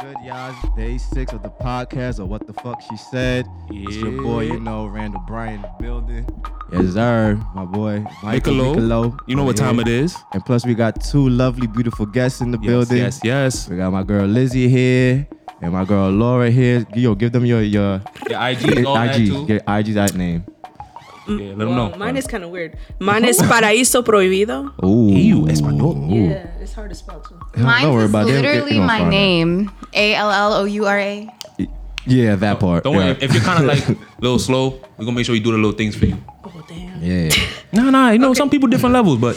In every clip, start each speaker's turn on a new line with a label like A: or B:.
A: good, y'all? It's Day six of the podcast of What the Fuck She Said. It's your boy,
B: Yeah.
A: you know, Randall Bryan building. Yes, sir. My boy, Michael
B: Niccolo.
A: Niccolo.
B: You know what time it is?
A: And plus, we got two lovely, beautiful guests in the building.
B: Yes, yes.
A: We got my girl Lizzie here and my girl Laura here. Yo, give them your your
B: Your
A: IG.
B: IG's all that too.
A: Your IG that name.
B: Yeah, let them
C: Well,
B: know.
C: mine is kind of weird. Mine is Paraíso Prohibido.
A: Ooh,
B: Ew, español.
A: Ooh.
C: Yeah, it's hard to spell too.
D: Mine's
A: Don't worry
D: is
A: about it. They- they- they
D: literally
A: gonna
D: my
A: find it.
D: name. A L L O U R A.
A: Yeah, that part.
B: Don't worry.
A: yeah.
B: If, if you're kind of like a little slow, we're gonna make sure you do the little things for you.
C: Oh damn.
A: yeah,
B: No, no. You know, some people different levels, but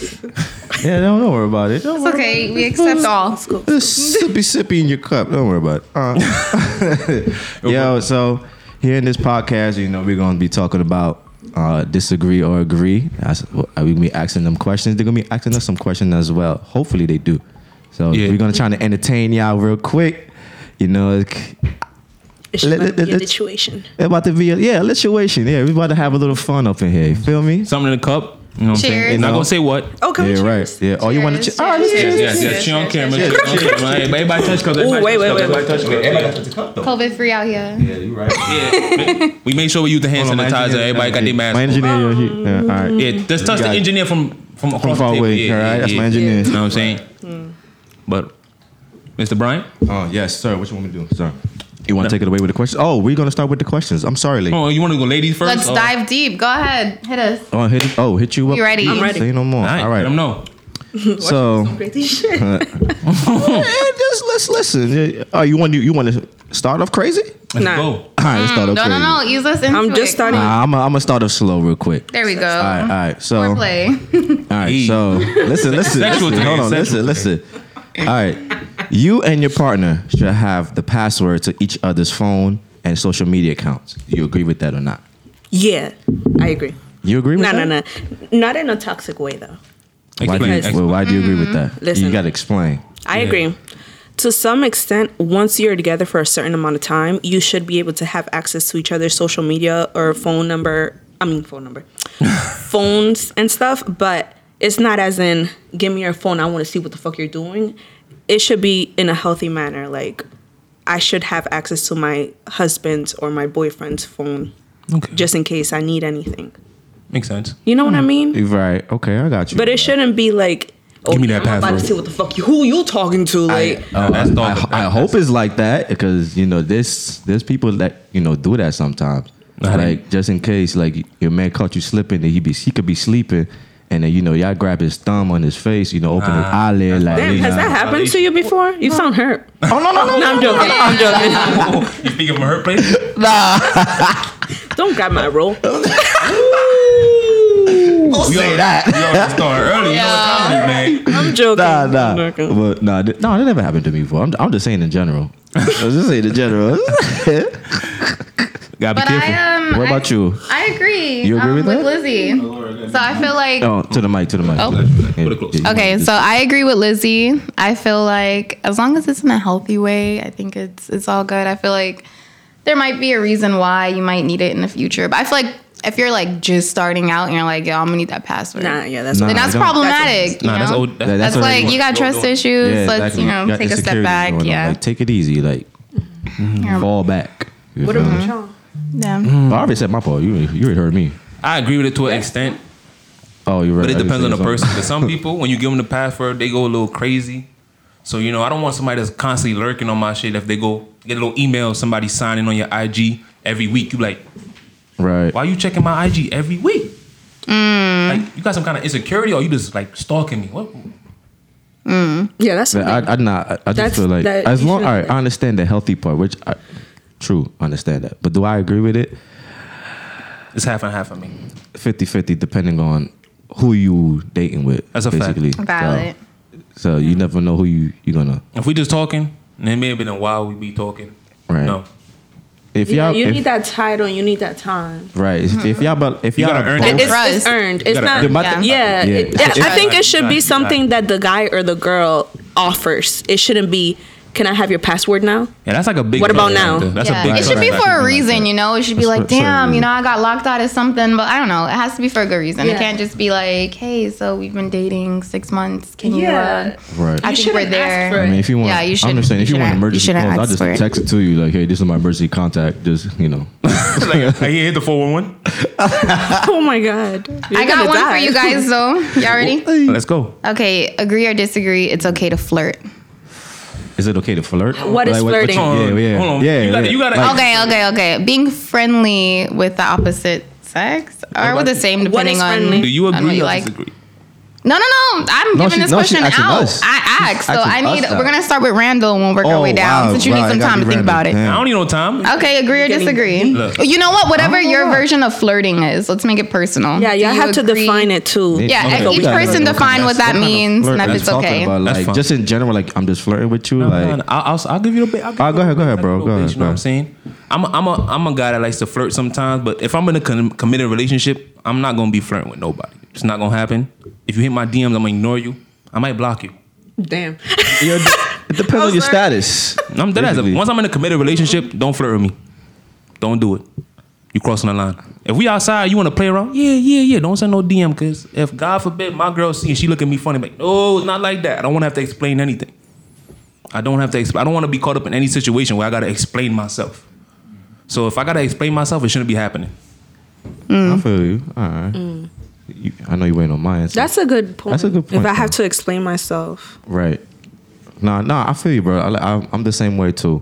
A: yeah. Don't, don't worry about it. Don't
D: It's okay. We accept all.
A: Just sippy sippy in your cup. Don't worry about it. Uh. Yo, so here in this podcast, you know, we're gonna be talking about uh, disagree or agree. That's what- Are we gonna be asking them questions? They're gonna be asking us some questions as well. Hopefully they do. So
B: Yeah.
A: we're gonna try to entertain y'all real quick. You know, like,
C: It's
A: Let-
C: let,
A: let-
C: be a
A: let's-
C: situation.
A: it about to be a, yeah, a situation. Yeah, we about to have a little fun up in here. You feel me?
B: something in the cup. You know what I'm
D: Cheers.
B: saying? Not gonna say what.
C: Oh, come
A: yeah,
C: on,
A: right.
C: cheers.
A: Yeah. Oh, you want to?
D: Cheers,
A: Oh, let's
D: cheers.
A: cheers.
B: Yes, yes. She on camera. She on camera. Everybody touch cups. everybody
C: wait,
B: touch cups,
C: wait, wait,
B: everybody touch cups. Everybody touch
D: COVID free out here.
A: Yeah, you right.
B: cups. We make sure we use the hand
A: Hold on, my
B: sanitizer.
A: engineer-
B: Everybody got their mask.
A: My
B: on.
A: engineer, yo, he- yeah, all right.
B: Yeah, just touch
A: You
B: the
A: got it.
B: engineer from from
A: From
B: across
A: far
B: the table.
A: away,
B: Yeah,
A: all right.
B: yeah,
A: That's my
B: yeah.
A: engineer.
B: You know what I'm saying?
C: Mm.
B: But Mr. Bryant.
A: Oh yes, sir. What you want me to do, sir? You want to take it away with the questions? Oh, we're gonna start with the questions. I'm sorry, Lee. Oh,
B: Oh, you want to go ladies Oh. 1st
D: Let's dive deep. Go ahead. Hit us.
A: hit, oh, hit you up.
D: You ready? I'm
C: ready.
A: Say no more.
B: All right.
A: All
B: Let
A: right.
B: them know.
A: So
C: Crazy shit.
A: eh, just let's listen. Yeah, Oh, you want you, you want to start off crazy?
B: Let's
C: Nah.
B: go.
A: All right, let's start
D: No,
A: off
D: Mm, no,
A: crazy.
D: no. Ease us into
C: I'm
D: it.
C: just
D: Come
C: starting.
D: on.
A: Nah, I'm gonna start off slow, real quick.
D: There we go.
A: All right, all right. So
D: Foreplay.
A: All right, so listen, listen,
B: Sexual
A: listen.
B: today,
A: Hold on,
B: sexual
A: listen, listen. All right, you and your partner should have the password to each other's phone and social media accounts. Do you agree with that or not?
C: Yeah, I agree.
A: You agree with
C: No, no,
A: that?
C: no. Not in a toxic way though.
A: Why do you,
B: Explain.
A: well, why do you agree with that?
C: Mm-hmm. Listen.
A: You gotta explain.
C: I agree. To some extent, once you're together for a certain amount of time, you should be able to have access to each other's social media or phone number. I mean, phone number, phones and stuff. But it's not as in, give me your phone. I want to see what the fuck you're doing. It should be in a healthy manner. Like, I should have access to my husband's or my boyfriend's phone
B: Okay. Hmm.
C: just in case I need anything.
B: Makes sense.
C: You know what I mean?
A: You're right. Okay, I got you.
C: But it shouldn't be like, oh,
B: Give me that
C: I'm about
B: password.
C: to see what the fuck you, who you talking to, like.
A: Uh,
B: That's
A: I,
B: dope.
A: I hope it's like that because you know this. There's people that you know do that sometimes.
B: Right.
A: Like just in case, like your man caught you slipping, and he be he could be sleeping, and then you know y'all grab his thumb on his face, you know, open his eyelid, like
C: Damn,
A: you
C: has
A: know.
C: that happened to you before? You sound hurt.
A: Oh no no no!
C: No, I'm joking. I'm joking.
B: Oh, you speaking from her place?
C: Don't grab my roll.
A: Don't say that.
B: Yo, it's starting early. You know what time it is, man.
C: I'm joking.
A: Nah,
C: I'm
A: nah,
C: joking.
A: but nah, th- no, that never happened to me before. I'm, I'm just saying in general. I was just saying in general.
B: Gotta be
D: But I um.
A: what
D: I-
A: about you?
D: I agree.
A: You agree
D: um,
A: with that?
D: Lizzie. So I feel like.
A: Oh, to the mic, to the mic.
D: Oh.
B: Put it close.
D: Okay, so I agree with Lizzie. I feel like as long as it's in a healthy way, I think it's it's all good. I feel like there might be a reason why you might need it in the future. But I feel like if you're like just starting out and you're like, yo, I'm gonna need that password.
C: Nah, yeah, that's
A: Nah.
D: Then
C: what
D: that's
A: don't-
D: problematic. you
B: Nah, that's
D: know?
B: old.
A: Yeah,
D: That's,
A: what
D: like
A: I-
D: you got trust issues. Let's
A: exactly.
D: you know
A: got
D: take a step
A: insecurities
D: back.
A: going on.
D: Yeah. Mm-hmm.
A: Like, take it easy. Like, fall back. You
C: What
A: feel
C: about
A: me?
C: y'all?
D: yeah.
A: I already said my part. You, you already heard me.
B: I agree with it to an extent,
A: Oh, you're right.
B: but it
A: I
B: depends
A: didn't
B: on the
A: say
B: person.
A: something.
B: Because some people, when you give them the password, they go a little crazy. So you know, I don't want somebody that's constantly lurking on my shit. If they go get a little email, somebody signing on your IG every week, you like,
A: Right.
B: why you checking my IG every week?
D: Mm.
B: Like, you got some kind of insecurity, or you just like stalking me? What?
C: Yeah, that's
A: But I, I not. I, I just
C: That's-
A: feel like
C: that-
A: as
C: you
A: long. All
C: shouldn't
A: right,
C: do that.
A: I understand the healthy part, which I, true, I understand that. But do I agree with it?
B: It's half and half for me.
A: 50-50 depending on who you dating with.
B: That's a fact.
A: basically. So-
D: Valid.
A: So, you never know who you you gonna.
B: If we just talking, then maybe in a while we be talking.
A: Right.
B: No.
A: If
C: you,
A: y'all,
C: you
A: if,
C: need that title. You need that time.
A: right? If,
D: Mm-hmm.
A: if y'all, but if
B: You
A: y'all
B: gotta
A: are
B: earn
A: both-
B: it.
C: It's, it's
D: Trust.
C: earned. It's
B: gotta
C: not.
B: earn
A: it. Yeah.
C: Yeah, yeah.
A: Yeah.
C: It- I think it should
B: You
C: be
B: gotta-
C: something that the guy or the girl offers. It shouldn't be. Can I have your password now?
B: Yeah, that's like a big.
C: What about
B: threat
C: now?
B: there. That's
D: Yeah.
B: a big.
D: it should be
B: threat.
D: for a reason, you know. It should be
A: That's
D: like,
A: for- sorry,
D: damn, you
A: yeah.
D: know, I got locked out of something, but I don't know. It has to be for a good reason. It
C: Yeah.
D: can't just be like, hey, so we've been dating six months. Can you? Uh,
A: Right.
D: I
A: I,
C: You
D: think we're
C: shouldn't ask
D: there.
C: for it.
A: mean, if you want,
D: Yeah, you
A: I'm
D: shouldn't-
A: just saying,
D: you
A: if you want
D: shouldn't-
A: emergency
D: you shouldn't
A: calls, I'll
D: ask
A: just
D: for it.
A: text it to you like, hey, this is my emergency contact. Just you know,
B: like, I hit the four one one.
C: Oh my god.
D: I got one for you guys though. Y'all ready?
B: Let's go.
D: Okay, agree or disagree, it's okay to flirt.
A: is it okay to flirt?
C: What is flirting?
A: yeah, yeah,
B: Hold on.
A: yeah.
B: You gotta-
A: yeah.
B: you gotta-
A: Like,
D: Okay, okay, okay. Being friendly with the opposite sex or with the same,
C: What
D: depending
C: is
D: on
C: friendly?
B: Do Mm. you
D: on what
B: agree
D: you
B: or
D: like.
B: disagree?
D: No, no, no. I'm
A: No,
D: giving
A: she-
D: this
A: no, she
D: question
A: asking
D: out.
A: us.
D: I asked, so
A: asking
D: I need.
A: us Oh, now.
D: We're gonna start with Randall and we'll work our way down since you need some time to think about it.
B: I don't need no time.
D: Okay, agree or
C: Getting
D: disagree.
C: deep.
B: Look.
D: You know what? Whatever
A: don't know
D: your
A: what.
D: version of flirting is, let's make it personal.
C: Yeah,
D: Do
C: y'all
D: you
C: have to
D: agree?
C: define it too.
D: Yeah,
B: Okay.
D: each
B: Okay.
D: person
B: Okay.
D: define what that means, and if it's okay.
B: That's
A: like,
B: fine.
A: just in general, like I'm just flirting with you.
B: Nah,
A: like,
B: nah, I'll, I'll, I'll give you the bit. I'll give
A: Ah,
B: you
A: go
B: the
A: ahead, go
B: bit,
A: ahead,
B: I'll
A: bro,
B: give you
A: go
B: the
A: ahead,
B: bit, You know
A: bro.
B: what I'm saying? I'm a, I'm a, I'm a guy that likes to flirt sometimes, but if I'm in a com- committed relationship, I'm not gonna be flirting with nobody. It's not gonna happen. If you hit my DMs, I'm gonna ignore you. I might block you.
C: Damn.
A: Yo, it it depends on your status.
B: I'm dead ass.
A: Basically.
B: Once I'm in a committed relationship, don't flirt with me. Don't do it. You crossing the line. If we outside, you want to play around? Yeah, yeah, yeah. Don't send no DM, cause if God forbid my girl see and she look at me funny, like, no, it's not like that. I don't want to have to explain anything. I don't have to. Exp- I don't want to be caught up in any situation where I gotta explain myself. So if I gotta explain myself, it shouldn't be happening.
D: Mm.
A: I feel you. All right. You, I know you ain't on mine. so-
C: That's a good point.
A: That's a good point,
C: If I have
A: though.
C: to explain myself.
A: Right. Nah, nah, I feel you, bro. I, I, I'm the same way too.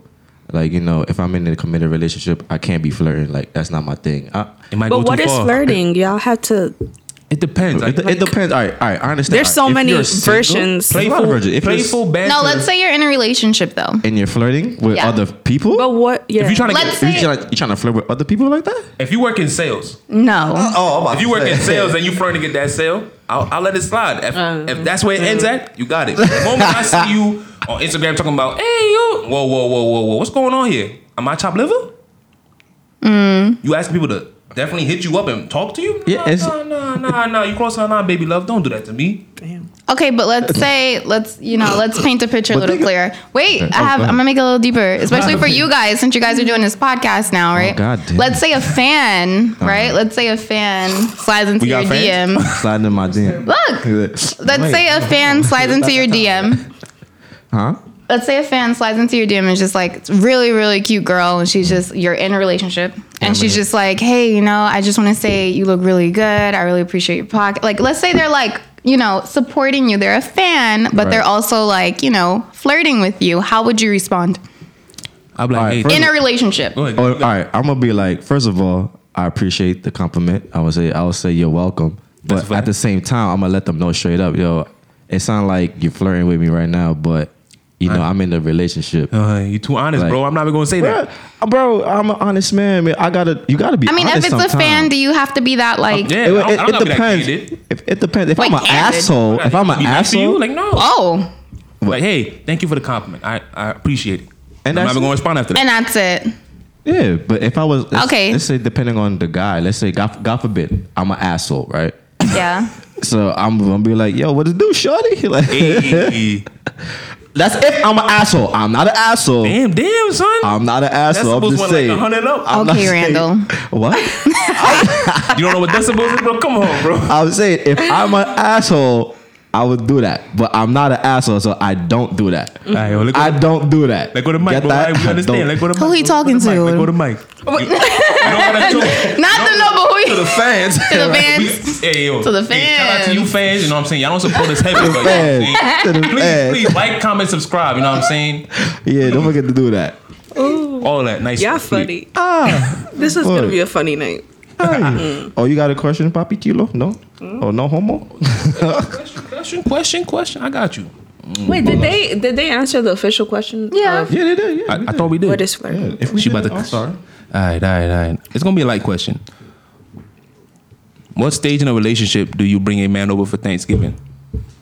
A: Like you know, if I'm in a committed relationship, I can't be flirting. Like that's not my thing. I,
B: It might go
C: But
B: too
C: what is
B: far.
C: flirting? Y'all have to
B: It depends.
A: it,
B: Like,
A: it depends. All right, all right. I understand.
C: There's so
A: All right, if
C: many
A: you're single-
C: versions.
A: There's a lot
B: playful,
A: of versions. If you're s-
B: playful banter.
D: No, let's say you're in a relationship though.
A: and you're flirting with
D: Yeah.
A: other people.
C: But what yeah.
B: if you trying to
D: Let's
B: get,
A: you
D: say-
A: trying, you trying to flirt with other people like that?
B: if you work in sales,
D: No.
A: Oh,
B: If you work in sales and you flirting to get that sale, I'll, I'll let it slide. If,
A: Uh-huh.
B: if that's where it ends at, you got it. The moment I see you on Instagram talking about, hey, yo, whoa, whoa, whoa, whoa, whoa, what's going on here? Am I chopped liver? You asking people to definitely hit you up and talk to you?
A: Mm. Yeah,
B: Nah,
A: it's-
B: nah, nah, nah, nah. You crossing the line, baby love. Don't do that to me.
C: Damn.
D: Okay, but let's say let's you know let's paint a picture a
A: But
D: little
A: think-
D: clearer. Wait, I
A: oh,
D: have
A: go
D: I'm
A: ahead.
D: gonna make it a little deeper, especially for you guys since you guys are doing this podcast
A: Oh,
D: now, right?
A: God damn.
D: Let's say a fan,
A: Uh-huh.
D: right? Let's say a fan slides into
B: We
D: your
B: got fans?
D: DM.
A: Sliding in my DM.
D: Look,
A: Let's
D: let's say a fan slides into your DM.
A: huh?
D: Let's say a fan slides into your DM and is just like it's really really cute girl, and she's just you're in a relationship, and she's just like, hey, you know, I just want to say you look really good. I really appreciate your pocket. Like, let's say they're like you know supporting you. They're a fan, but
A: Right.
D: they're also like you know flirting with you. How would you respond
B: I'll be
A: All
B: like,
A: right,
B: hey,
A: first-
D: in a relationship?
B: go ahead.
A: Oh, all right, I'm gonna be like, first of all, I appreciate the compliment. I would say, I would say you're welcome,
B: That's
A: but
B: fair.
A: at the same time, I'm gonna let them know straight up, yo. It sounds like you're flirting with me right now, but you know, I'm in a relationship.
B: Uh, you too honest,
A: Like-
B: bro. I'm not even gonna say
A: Bro,
B: that.
A: bro, I'm an honest man. man. I gotta, you gotta be.
D: I mean, if
A: honest
D: it's a
A: sometime.
D: fan, do you have to be that like?
A: It,
B: Yeah, I don't-
A: it-
B: I
A: it
B: don't gotta be that
A: depends.
B: candid.
A: If it depends. If
D: Like,
A: I'm an
D: candid.
A: asshole, if I'm an
B: Be nice to you,
A: asshole,
B: like no.
D: Oh,
B: Like hey, thank you for the compliment. I, I appreciate it.
A: And
B: And I'm
A: that's
B: not even
A: it.
B: gonna respond after that.
D: and that's it.
A: yeah. But if I was let's-
D: Okay.
A: let's say depending on the guy, let's say God, God forbid, I'm an asshole, right?
D: Yeah.
A: So I'm gonna be like, yo, what to do, shorty? Like,
B: Hey,
A: That's if I'm an asshole. I'm not an asshole.
B: damn, damn, son.
A: I'm not an asshole. I'm
B: Decibels
A: just
B: went like
A: saying.
B: 100 up.
A: I'm not
D: Okay,
A: saying-
D: Randall.
A: What?
B: You don't know what decibels is, bro? Come on, bro.
A: I'm saying if I'm an asshole, I would do that. But I'm not an asshole, so I don't do that.
B: Alright, well, let go-
A: I don't do that.
B: Let Mm. go to Mike,
A: Get
B: bro.
A: that?
B: Alright,
A: I
B: we understand.
A: don't.
B: Let go to Mike.
D: Who he
B: Let go to
D: talking
B: Mike.
D: to?
B: Let go to Mike. You- you know what I told-
D: Not the no, but who?
A: the fans.
D: To the
B: We-
D: fans.
B: Hey, yo.
D: To the
B: Hey, shout out to you
D: fans.
B: fans. You know what I'm saying? Y'all don't support us heavy, but
A: fans. To the
B: please,
A: fans.
B: please like, comment, subscribe. You know what I'm saying?
A: Yeah, don't forget to do that.
B: All that nice.
C: Y'all
B: stuff. Please.
C: funny. this is gonna
A: What?
C: be a funny night.
A: Oh, you got a question, Papi Chilo? No? Oh, no homo?
B: Question, question, question. I got you.
C: Wait, did they did they answer the official question?
D: Yeah.
C: of
A: yeah, they did. Yeah,
B: I,
A: they
B: I
A: did.
B: thought we did.
C: What is flirting?
A: Yeah, if we
B: she
A: did,
B: about to.
A: I'm sorry.
B: All right, all right, all right. It's gonna be a light question. What stage in a relationship do you bring a man over for Thanksgiving?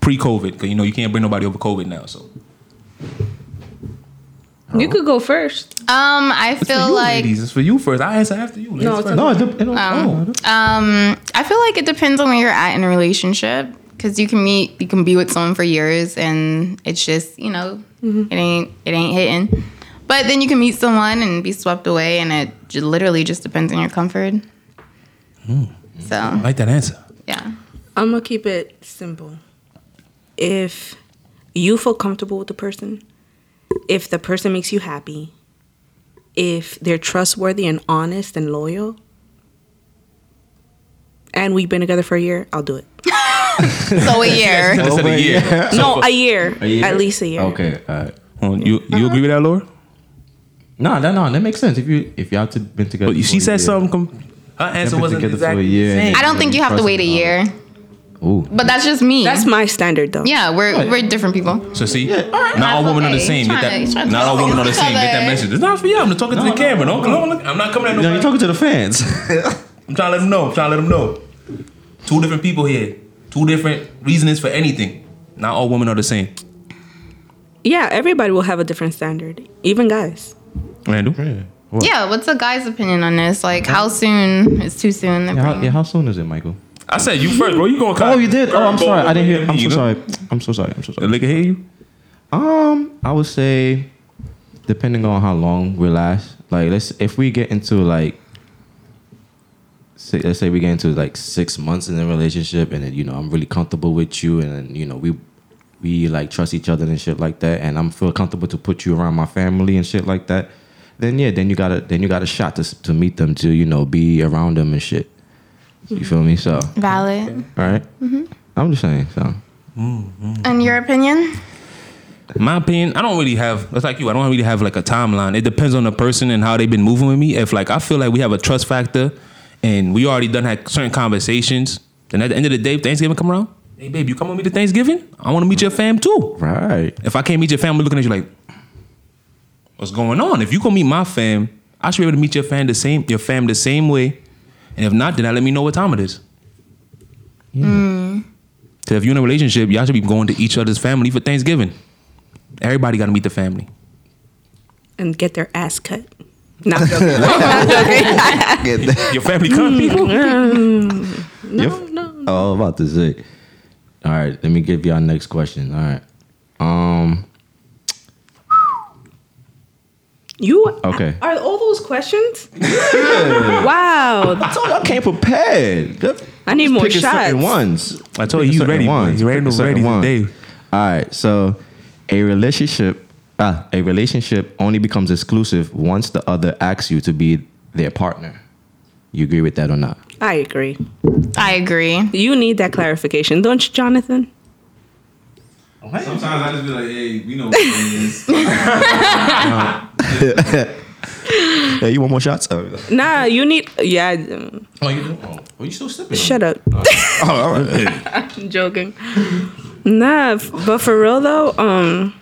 B: Pre-COVID, because you know you can't bring nobody over COVID now. So
C: You could go first.
D: Um, I
B: for
D: feel
B: you,
D: like
B: ladies. It's for you first. I answer after you.
C: No, it's
A: No, it dep- it don't. oh, it don't-
D: um, I feel like it depends on where you're at in a relationship because you can meet, you can be with someone for years, and it's just you know
C: Mm-hmm.
D: It ain't it ain't hitting. But then you can meet someone and be swept away, and it j- literally just depends on your comfort.
B: I
D: So
B: like that answer.
D: yeah,
C: I'm gonna keep it simple. If you feel comfortable with the person, if the person makes you happy, if they're trustworthy and honest and loyal, and we've been together for a year, I'll do it.
D: so a year.
B: That's a year.
C: no, a year,
E: A year?
C: at least a year.
E: Okay, all right.
B: Oh, you
D: Uh-huh.
B: you agree with that, Laura?
E: No, no, no. That makes sense. If you if y'all two been together,
B: But Oh,
A: Oh,
B: she
E: for a
B: said
E: year.
B: something. Com- her answer
E: been
B: wasn't
E: together for a
B: exactly
E: year
B: the
E: and-
B: same.
D: I don't think you have to wait a year,
E: Ooh.
D: but that's just me.
C: That's my standard, though.
D: yeah, we're we're different people.
B: So see,
D: Not
B: not all women are the
D: okay.
B: same. Get
D: Tryna- he's tryna
B: that, not all
D: talk
B: women are the
D: to
B: same. Get that
D: each other.
B: message. It's not for you. I'm not talking to the camera. Don't, don't look. I'm not coming at
E: No, you're
B: nobody.
E: talking to the fans.
B: I'm trying to let them know. I'm trying to let them know. Two different people here. Two different reasonings for anything. Not all women are the same.
C: Yeah, everybody will have a different standard, even guys.
B: Randall,
D: Yeah, what's a guy's opinion on this? Like, how soon is too soon? They're
E: how,
D: bringing-
E: yeah, how soon is it, Michael?
B: I said you first, bro. You going?
E: Oh, you did. Oh, I'm sorry. I didn't hear. I'm so sorry. I'm so sorry. I'm so
B: The
E: sorry.
B: nigga hear you.
E: Um, I would say, depending on how long we last, like let's if we get into like, say, let's say we get into like six months in the relationship, and then you know I'm really comfortable with you, and then, you know we we like trust each other and shit like that, and I'm feel comfortable to put you around my family and shit like that. Then yeah, then you gotta then you got a shot to s- to meet them to you know be around them and shit. You feel me? So all
D: Valid.
E: right, I'm just saying. So
D: And your opinion?
B: My opinion, I don't really have. It's like you. I don't really have like a timeline. It depends on the person and how they've been moving with me. If like I feel like we have a trust factor, and we already done had certain conversations, then at the end of the day, if Thanksgiving come around, hey babe, you come with me to Thanksgiving? I want to meet your fam too.
E: right.
B: If I can't meet your family, looking at you like, what's going on? If you go meet my fam, I should be able to meet your fam the same your fam the same way. And if not, then I let me know what time it is. Mm. So if you're in a relationship, y'all should be going to each other's family for Thanksgiving. Everybody got to meet the family.
C: And get their ass cut. Not joking. Not joking.
B: Your family come, people.
E: Mm. No, no. Oh, about to say. All right, let me give y'all next question. All right. Um.
C: You
E: Okay.
C: Are all those questions? wow.
E: I told you I came prepared. Good-
C: I need
E: just
C: more
E: picking certain
C: shots.
E: ones.
B: I told
E: Picking
B: you, he's
E: certain
B: ready, boy. He's ready
E: Picking
B: to-
E: certain
B: ready
E: ones.
B: today.
E: All right. So, a relationship, ah, a relationship only becomes exclusive once the other asks you to be their partner. You agree with that or not?
C: I agree.
D: I agree.
C: You need that clarification, don't you, Jonathan?
F: Sometimes I just be like, hey, we know what it is.
E: Hey, you want more shots? Oh,
C: Nah, you need. Yeah, um,
E: you do? Oh, are you still sipping?
C: shut up.
E: Oh, all right.
C: I'm joking. Nah, f- but for real though, um,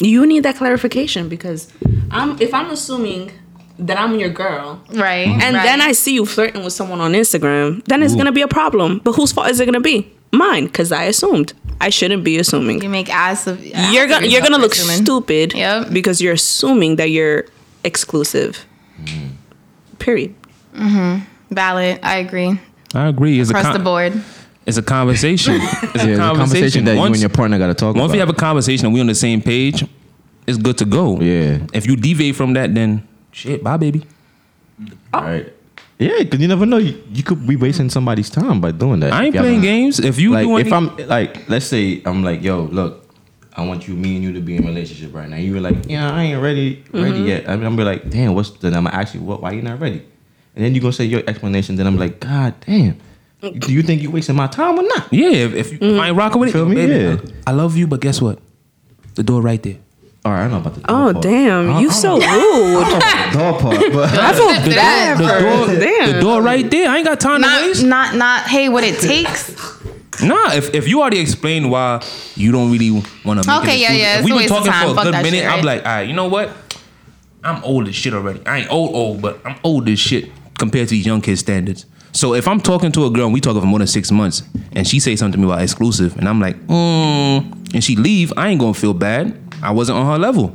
C: you need that clarification because I'm if I'm assuming that I'm your girl
D: Right.
C: and then I see you flirting with someone on Instagram, then it's gonna be a problem. But whose fault is it gonna be? Mine, because I assumed. I shouldn't be assuming.
D: you make ass of
C: you're gonna you're gonna look stupid
D: Yep.
C: because you're assuming that you're exclusive. Period.
D: Valid. I agree.
B: I agree. It's
D: Across
B: a con-
D: the board.
B: It's a conversation. It's
E: Yeah, it's a conversation that you
B: Once-
E: and your partner got to talk
B: Once
E: about.
B: we have a conversation and we on the same page, it's good to go.
E: Yeah.
B: If you deviate from that, then shit, bye, baby.
E: Right. Yeah, because you never know. You, you could be wasting somebody's time by doing that.
B: I ain't
E: If y'all
B: playing
E: don't-
B: games. If you
E: like,
B: do
E: if
B: anything,
E: I'm like, let's say I'm like, yo, look, I want you, me and you to be in a relationship right now. You were like, yeah, I ain't ready, ready
C: Mm-hmm.
E: yet. I mean, I'm be like, damn, what's? Then I'm gonna ask you, what? Why you not ready? And then you gonna say your explanation. Then I'm like, god damn, do you think you wasting my time or not?
B: yeah, if, if you I ain't rocking with
E: Feel
B: it,
E: me?
B: baby,
E: Yeah.
B: I, I love you, but guess what? The door right there.
E: All right, I know about the
C: Oh
E: dog part.
C: damn, you so rude.
E: The dog part, but
C: I feel bad
B: The
C: for
B: door,
C: damn.
B: the door right there. I ain't got time to
D: Not
B: waste.
D: not not. Hey, what it takes.
B: Nah, if, if you already explained why you don't really want to make
D: Okay,
B: it
D: yeah,
B: exclusive-
D: yeah,
B: if
D: it's
B: we
D: a
B: been
D: waste of
B: talking
D: time.
B: for a
D: Fuck
B: good
D: that shit,
B: minute. I'm
D: right?
B: like, all right, you know what? I'm old as shit already. I ain't old old, but I'm old as shit compared to these young kids standards. So if I'm talking to a girl and we talking for more than six months, and she say something to me about exclusive, and I'm like, mm, and she leave, I ain't gonna feel bad. I wasn't on her level.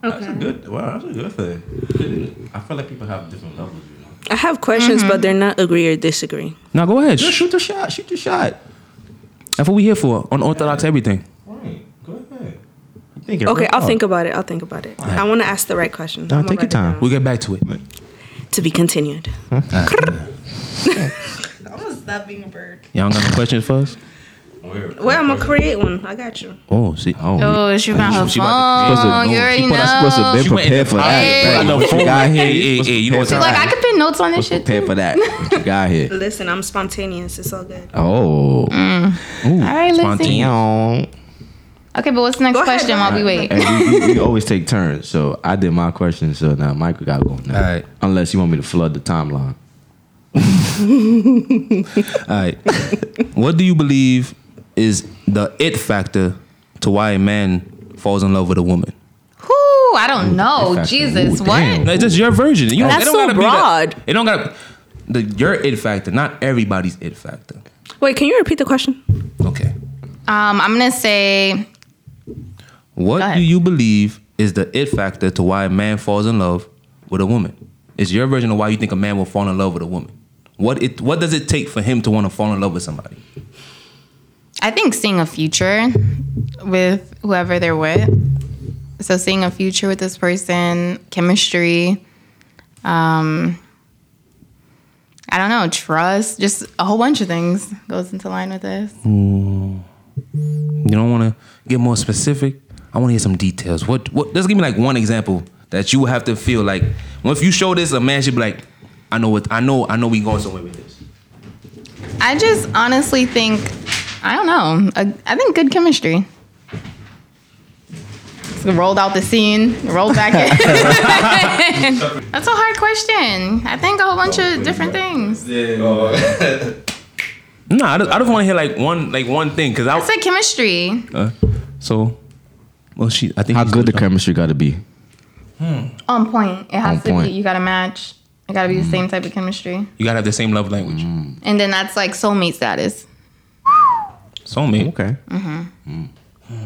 E: that's a good. Wow, that's a good thing. I feel like people have different levels. You know.
C: I have questions,
D: Mm-hmm.
C: but they're not agree or disagree.
B: Now go ahead.
E: Just shoot the shot. Shoot the shot.
B: That's what we here for. Unorthodox everything.
E: Right. Think it
C: Okay,
E: real
C: I'll
E: hard.
C: think about it. I'll think about it. I want to ask the right question.
E: No,
C: I'ma
E: take your
C: write it
E: time.
C: down.
B: We'll get back to it.
C: To be continued.
B: Y'all got no questions for us?
C: Well, I'm gonna create one. I got you.
B: Oh, see.
E: Oh,
D: Oh, she found her
B: She about
E: supposed to-
D: phone. You already
E: people that's supposed to
D: know.
E: been
B: She went in
E: prepared
B: the
E: for that.
D: pocket.
E: right?
D: I
B: know.
E: What you got here?
B: Hey, hey, hey, you know what's
E: Prepared
B: up?
E: for
D: Like I
E: that.
D: could put notes on this shit.
E: Prepare for
D: too.
E: that. What you got here?
C: Listen, I'm spontaneous. It's all good.
E: Oh.
C: Mm.
D: All right, let's see.
B: Spontaneous.
E: Damn.
D: Okay, but what's the next
C: Go ahead,
D: question
C: go
D: while we wait?
E: And we, we, we always take turns. So I did my question. So now Michael got to go now.
B: All right.
E: Unless you want me to flood the timeline.
B: All right. what do you believe is the it factor to why a man falls in love with a woman?
D: Who? I don't
E: in
D: know.
E: fact,
D: Jesus,
E: ooh,
D: what?
E: damn.
B: No, it's just your version. You don't,
C: That's
B: it don't gotta
C: so
B: Be
C: broad.
B: the, it don't got the your it factor, not everybody's it factor.
C: Wait, can you repeat the question?
B: Okay.
D: Um, I'm gonna say Go
B: What
D: ahead.
B: do you believe is the it factor to why a man falls in love with a woman? It's your version of why you think a man will fall in love with a woman. What it what does it take for him to want to fall in love with somebody?
D: I think seeing a future with whoever they're with. So seeing a future with this person, chemistry. Um, I don't know, trust, just a whole bunch of things goes into line with this.
B: You don't want to get more specific. I want to hear some details. What? What? Just give me like one example that you have to feel like. Well, if you show this, a man should be like, I know what. I know. I know we going somewhere with this.
D: I just honestly think, I don't know. I, I think good chemistry. So rolled out the scene, rolled back in. That's a hard question. I think a whole bunch of different things.
B: No, I just, I just want to hear like one like one thing because I.
D: I said chemistry.
B: uh, so, well, she. I think
E: How
B: she's-
E: good the chemistry got to be.
D: On point. It has
E: On
D: to
E: point.
D: be. You got to match. It got to be the same type of chemistry.
B: You gotta have the same love language.
E: Mm.
D: And then that's like soulmate status.
B: Soulmate. Mm-hmm.
E: Okay.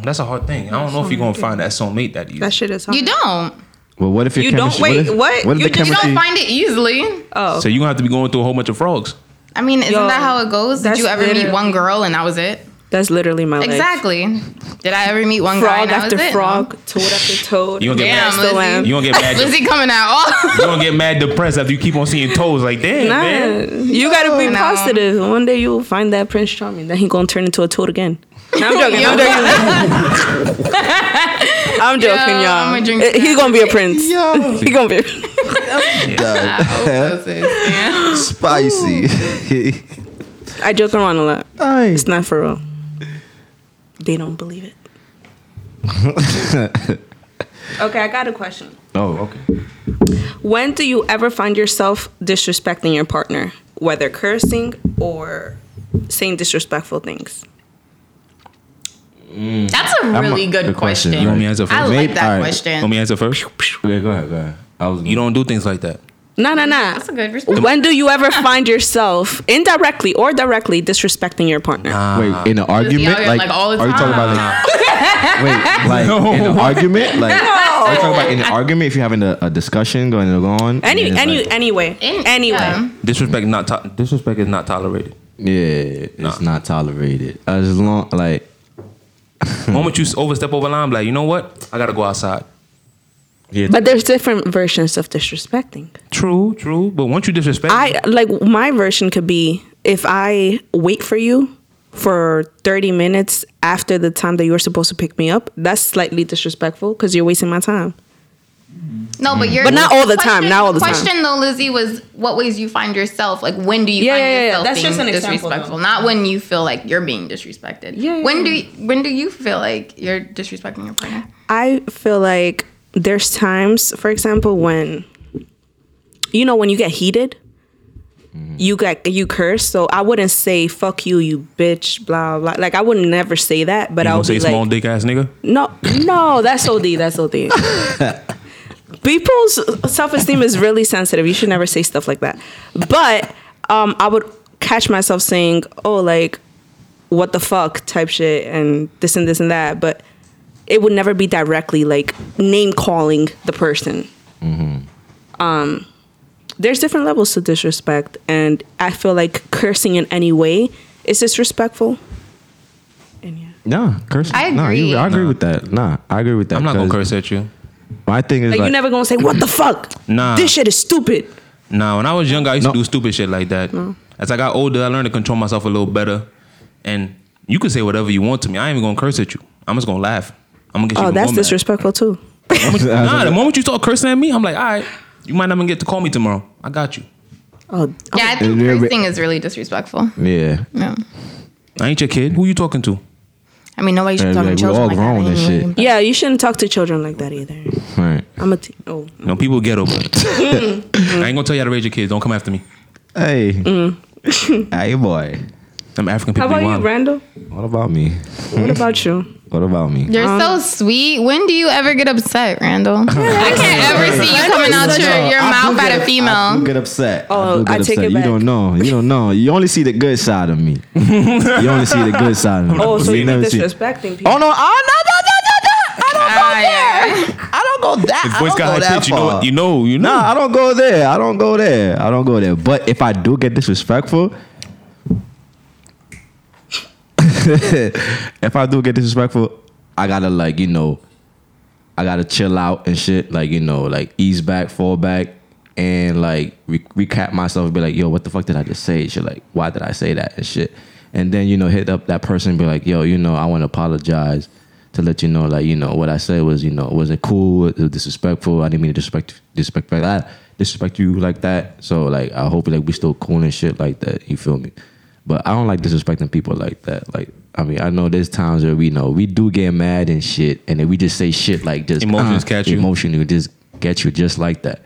B: That's a hard thing. I don't know if you're gonna find that soulmate that easy.
C: That shit is hard.
D: You don't.
E: Well, what if your
C: You don't-
E: chemistry?
C: wait,
E: if-
C: what?
E: What if
C: You
E: the
C: just-
D: You
E: chemistry?
D: don't find it easily.
C: Oh,
B: So you're gonna have to be going through a whole bunch of frogs.
D: I mean, isn't
C: Yo,
D: that how it goes? Did
C: that's
D: you ever meet
C: literally-
D: one girl and that was it?
C: that's literally my life.
D: Exactly. Did I ever meet one guy
C: Frog
D: and that
C: after
D: was it?
C: frog, toad after toad.
B: You gonna get
D: Damn,
B: mad?
C: Still am.
D: Lizzie.
B: You gonna get mad? you
D: Lizzie coming out.
B: gonna get mad depressed after you keep on seeing toes like damn
C: Nah,
B: man.
C: you gotta be
D: No.
C: positive. One day you'll find that Prince Charming. Then he gonna turn into a toad again. No, I'm joking. I'm joking. I'm joking,
D: Yo,
C: y'all.
D: I'ma drink
C: Eh, He
D: that.
C: gonna be a prince. he gonna be. A-
E: Spicy.
C: I joke around a lot.
E: Aye.
C: It's not for real. They don't believe it. okay, I got a question.
E: Oh, okay.
C: When do you ever find yourself disrespecting your partner, whether cursing or saying disrespectful things?
D: That's a really
E: a-
D: good,
E: good question.
D: question.
E: You want
B: me to answer
D: I
B: first?
D: like
E: Maybe-
D: that
E: alright.
D: question.
B: Let me answer first.
E: Okay, go ahead, go ahead. I was
B: You don't do things like that.
C: No, no, no.
D: That's a good response.
C: When do you ever find yourself indirectly or directly disrespecting your partner?
E: wait in an
D: Y'all
E: argument.
D: here,
E: Like,
D: like, all the
E: are you talking about like, wait, like in an argument? Like, are you talking about in an argument? If you're having a, a discussion going to go on, and
C: any,
E: it's
C: any,
E: like-
C: anyway,
D: In-
C: anyway.
D: yeah.
B: Disrespect not to- disrespect is not tolerated.
E: yeah, it's not tolerated as long like
B: The moment you s- overstep over line, I'm like you know what? I gotta go outside.
C: But there's different versions of disrespecting.
B: True, true. But once you disrespect,
C: I like my version could be if I wait for you for 30 minutes after the time that you were supposed to pick me up, that's slightly disrespectful because you're wasting my time.
D: No, but you're
C: But not all the time,
D: Question-
C: not all the time.
D: Question though, Lizzie, was what ways you find yourself? Like when do you
C: Yeah,
D: find
C: yeah, yeah.
D: yourself
C: That's
D: being
C: just an example,
D: disrespectful?
C: though.
D: Not when you feel like you're being disrespected.
C: Yeah, yeah,
D: when
C: yeah.
D: do you, when do you feel like you're disrespecting your partner?
C: I feel like there's times, for example, when you know when you get heated,
B: Mm-hmm.
C: you get you curse. So I wouldn't say "fuck you, you bitch," blah blah. Like I would never say that, but
B: you
C: I'll
B: gonna say
C: be
B: small
C: like,
B: dick ass nigga.
C: No, no, that's OD. That's OD. People's self esteem is really sensitive. You should never say stuff like that. But um, I would catch myself saying, oh, like, what the fuck type shit and this and this and that. But it would never be directly like name calling the person. Um, there's different levels to disrespect. And I feel like cursing in any way is disrespectful. And yeah.
E: Nah, curse.
D: I
E: Nah,
D: agree.
E: you, I agree with that. Nah, I agree with that.
B: I'm not gonna
E: 'cause
B: curse at you.
E: My thing is
C: Like,
E: like,
C: you never gonna say what the fuck.
B: Nah.
C: this shit is stupid.
B: Nah, when I was younger, I used
E: No.
B: to do stupid shit like that. As I got older, I learned to control myself a little better. And you can say whatever you want to me. I ain't even gonna curse at you. I'm just gonna laugh. I'm gonna get you.
C: Oh,
B: even
C: that's
B: more mad.
C: disrespectful too.
B: Nah, the moment you start cursing at me, I'm like, all right, you might not even get to call me tomorrow. I got you.
C: Oh,
D: Yeah, I think
E: Yeah, but-
D: cursing is really disrespectful.
E: yeah.
D: No.
B: I ain't your kid. Who you talking to?
D: I mean, nobody should
E: Yeah,
D: talk to
E: like, we
D: children
E: all
D: like
E: grown
D: that.
E: and
D: anyway.
E: shit.
C: yeah. You shouldn't talk to children like that either.
E: Right.
C: I'm a. T- oh,
B: You know, people ghetto. But I ain't gonna tell you how to raise your kids. Don't come after me.
E: Hey. hey, boy.
B: Them African
C: how
B: people.
C: about
B: be
C: you,
B: wild.
C: Randall?
E: What about me?
C: What about you?
E: What about me?
D: You're so sweet. When do you ever get upset, Randall? Um, I can't ever see you coming out your, your
E: I do
D: mouth at
E: get up-
D: a
E: I do
D: female.
E: get upset.
C: Oh,
E: do get
C: I take it
E: You
C: back.
E: don't know. You don't know. You only see the good side of me. you only see the good side of me.
C: Oh, so
E: you
C: you're
E: never see-
C: disrespecting people.
E: Oh no! Oh no! No! No! No! no.
D: Ah,
E: I
D: yeah.
E: don't go there. I don't go that.
B: If
E: I
B: voice got
E: don't go
B: high
E: that
B: pitch, you know,
E: far.
B: you know, you know.
E: Nah, I don't go there. I don't go there. I don't go there. But if I do get disrespectful, if I do get disrespectful, I gotta like you know, I gotta chill out and shit. Like you know, like ease back, fall back, and like re- recap myself and be like, yo, what the fuck did I just say? Shit, like why did I say that and shit. And then you know, hit up that person and be like, yo, you know, I want to apologize to let you know, like you know, what I said was you know wasn't cool, it was disrespectful. I didn't mean to disrespect disrespect like that, disrespect you like that. So like, I hope like we still cool and shit like that. You feel me? But I don't like disrespecting people like that. Like, I mean, I know there's times where we know we do get mad and shit, and then we just say shit like just
B: Emotions
E: uh,
B: catch you.
E: emotionally just get you just like that.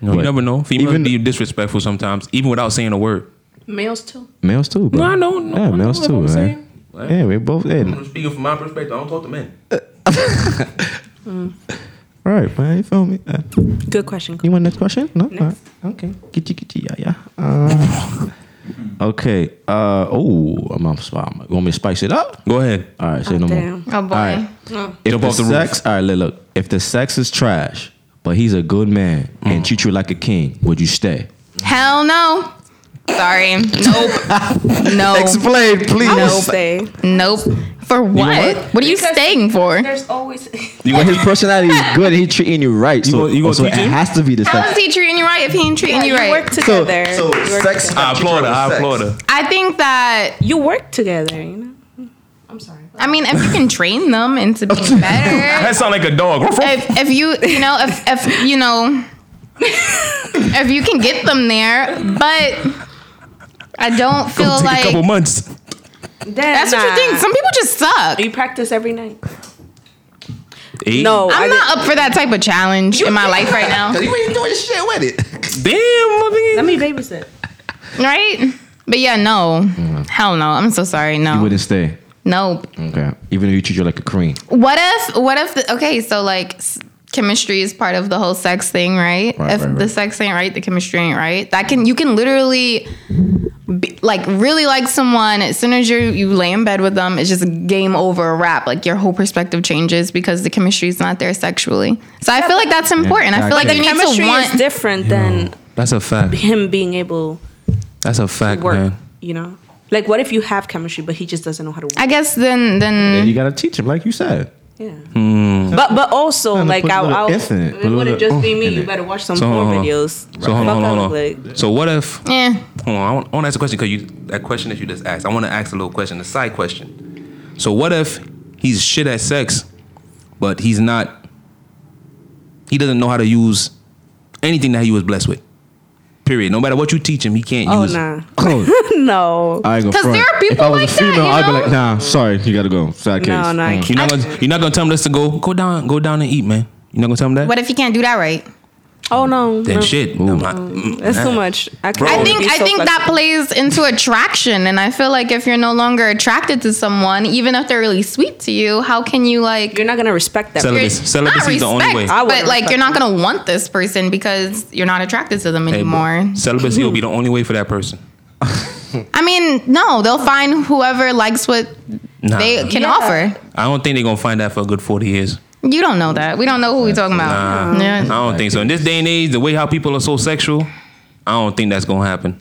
B: No, you
E: But
B: never know. Females
E: even-
B: be disrespectful sometimes, even without saying a word.
C: Males too.
E: Males too, bro.
B: No, I know. No,
E: yeah,
B: I know
E: males
B: what
E: too,
B: I'm
E: man.
B: saying.
E: Yeah, we both in.
B: Speaking from my perspective, I don't talk to men.
E: All right, man. You feel me? Uh,
C: Good question.
E: you want next question? No.
C: Next.
E: All right. Okay. Kitty kitty yeah yeah. Uh, okay. Uh oh, I'm on spot. You want me to spice it up?
B: Go ahead.
E: All right. Say no
C: Ah, Damn.
E: more.
D: Oh, boy.
E: All right. If
B: Jump
E: the,
B: off the roof.
E: sex, all right, look, look. If the sex is trash, but he's a good man and treat you like a king, would you stay?
D: Hell no. Sorry. Nope. no.
E: Explain, please.
C: I would
D: Nope.
C: say
D: Nope. For what?
B: what?
D: What are you
C: Because-
D: staying for?
C: there's always.
E: But his personality is good. He treating you right. So,
B: gonna- you gonna
E: so it
B: teach him?
E: has to be the
D: How is
E: sex.
D: he treating you right if he ain't treating
C: Yeah,
D: you
C: you
D: right?
C: work
E: So,
C: together.
E: so
C: you, work
E: sex.
C: together.
B: I applaud her. I
E: Sex.
B: applaud her.
D: I think that
C: you work together. You know. I'm sorry.
D: I mean, if you can train them into being better,
B: That sound like a dog.
D: if, if you you know if if you know if you can get them there, but I don't feel
B: Take a couple
D: like
B: months.
D: that's what you think. Some people just suck.
C: You practice every night.
B: Eight.
C: No, I
D: I'm
C: didn't-
D: not up for that type of challenge in my life right now,
E: You ain't doing shit with it.
B: Damn, mother.
C: Let me babysit.
D: right? But yeah, no, hell no. I'm so sorry.
E: You
D: No,
E: wouldn't stay.
D: nope.
E: Okay. Even if you treat you like a queen.
D: What if what if the, okay, so like s- chemistry is part of the whole sex thing, right?
E: Right,
D: if
E: right,
D: the
E: right.
D: sex ain't right, the chemistry ain't right. That can you can literally be, like really like someone as soon as you you lay in bed with them, it's just game over a wrap. Like your whole perspective changes because the chemistry is not there sexually. So I feel like that's important. I feel like
E: Like,
D: you
E: the
D: need
C: Chemistry
D: to
C: is
D: want
C: different than
B: That's a fact.
C: him being able
B: That's a
C: to
B: fact,
C: work.
B: man.
C: You know, like what if you have chemistry but he just doesn't know how to work?
D: I guess then then
E: And you gotta teach him, like you said.
C: yeah.
B: Hmm.
C: But but also
E: Kinda
C: like
E: put a
C: I,
E: little
C: I
E: if in it, put
C: it
E: a
C: wouldn't
E: little
C: just be
E: oomph
C: me.
E: in
C: You
E: it.
C: better watch some
B: So hold
C: porn
B: on, hold on.
C: videos.
B: So hold on,
C: Fuck, I
B: hold on,
C: look
B: hold on.
C: like-
B: So what if?
D: yeah.
B: Hold on, I want, I want to ask a question because you that question that you just asked. I want to ask a little question, a side question. So what if he's shit at sex, but he's not? He doesn't know how to use anything that he was blessed with. Period. No matter what you teach him, he can't
C: Oh
B: use.
C: nah,
E: Oh,
C: no.
E: I ain't gonna
D: 'Cause
E: front.
D: there are people
E: if I was
D: like
E: a
D: that,
E: female,
D: you
E: I'd be
D: know?
E: like, nah, sorry, you gotta go. Sad case.
C: No, no, I
E: Mm.
C: can't.
B: You're not gonna you're not gonna tell him this to go go down go down and eat, man. You're not gonna tell him that.
D: What if you can't do that right?
C: Oh no.
B: Then
C: no.
B: shit. I'm not- mm,
C: That's too much. I, can't
B: Oh,
D: I think
C: be
D: I
C: so
D: think that
C: flexible.
D: plays into attraction, and I feel like if you're no longer attracted to someone, even if they're really sweet to you, how can you like?
C: you're not gonna respect that.
B: Celibacy.
D: you're-
B: Celibacy is the only
D: respect,
B: way.
C: I
D: But
C: wouldn't
D: like,
C: respect
D: you're not gonna want this person because you're not attracted to them
B: Hey, bro,
D: anymore.
B: Celibacy will be the only way for that person.
D: I mean, no, they'll find whoever likes what
B: Nah,
D: they can
C: Yeah.
D: offer.
B: I don't think they're gonna find that for a good forty years.
D: You don't know that. We don't know who we're talking about.
B: Nah.
D: Yeah.
B: I don't think so. In this day and age, the way how people are so sexual, I don't think that's gonna happen.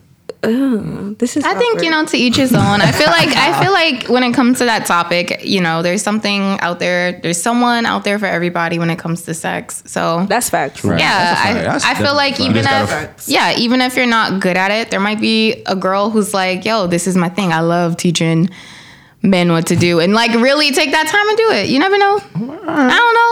C: Ugh, this is.
D: I think you know to each his own. I feel like I feel like when it comes to that topic, you know, there's something out there. There's someone out there for everybody when it comes to sex. So
C: that's facts.
E: Right.
D: yeah,
E: That's a fact. That's
D: I, I feel
E: definitely
D: like
E: a fact.
D: even
E: You
D: if
B: just
D: yeah, even if you're not good at it, there might be a girl who's like, "Yo, this is my thing. I love teaching men what to do," and like really take that time and do it. You never know. I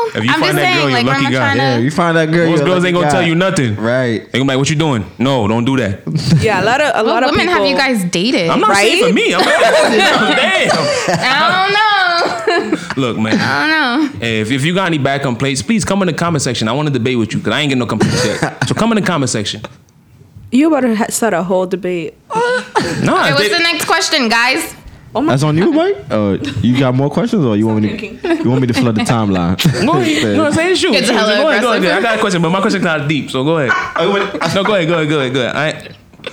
B: If
D: don't
B: you
D: know. I'm
B: find that
D: just
B: girl,
D: saying,
B: you're
D: like, where am
B: lucky
D: I
B: guy.
D: trying
E: Yeah,
D: to?
E: you find that girl.
B: Most
E: you're
B: girls
E: like,
B: ain't gonna
E: God.
B: tell you nothing.
E: Right.
B: They gonna be like, "What you doing? No, don't do that."
C: Yeah, a lot of a lot
D: What
C: of
D: women
C: people.
D: have you guys dated?
B: I'm not saying for
C: Right?
B: me. I'm like, damn.
D: I don't know.
B: Look, man. I don't know. If, if you got any bad complaints, please come in the comment section. I want to debate with you because I ain't getting no complaints yet. so come in the comment section.
C: You about to ha- start a whole debate.
B: Nah,
D: Okay, what's
B: they-
D: the next question, guys?
C: Oh my.
E: That's on you, Mike. Uh, you got more questions, or you want me to? You want me to flood the timeline?
B: Go ahead. You know what I'm saying? Shoot.
D: It's
B: shoot.
D: hella
B: go ahead, go ahead.
D: aggressive.
B: I got a question, but my question's not deep, so go ahead. No, go ahead, go ahead, go ahead, go ahead.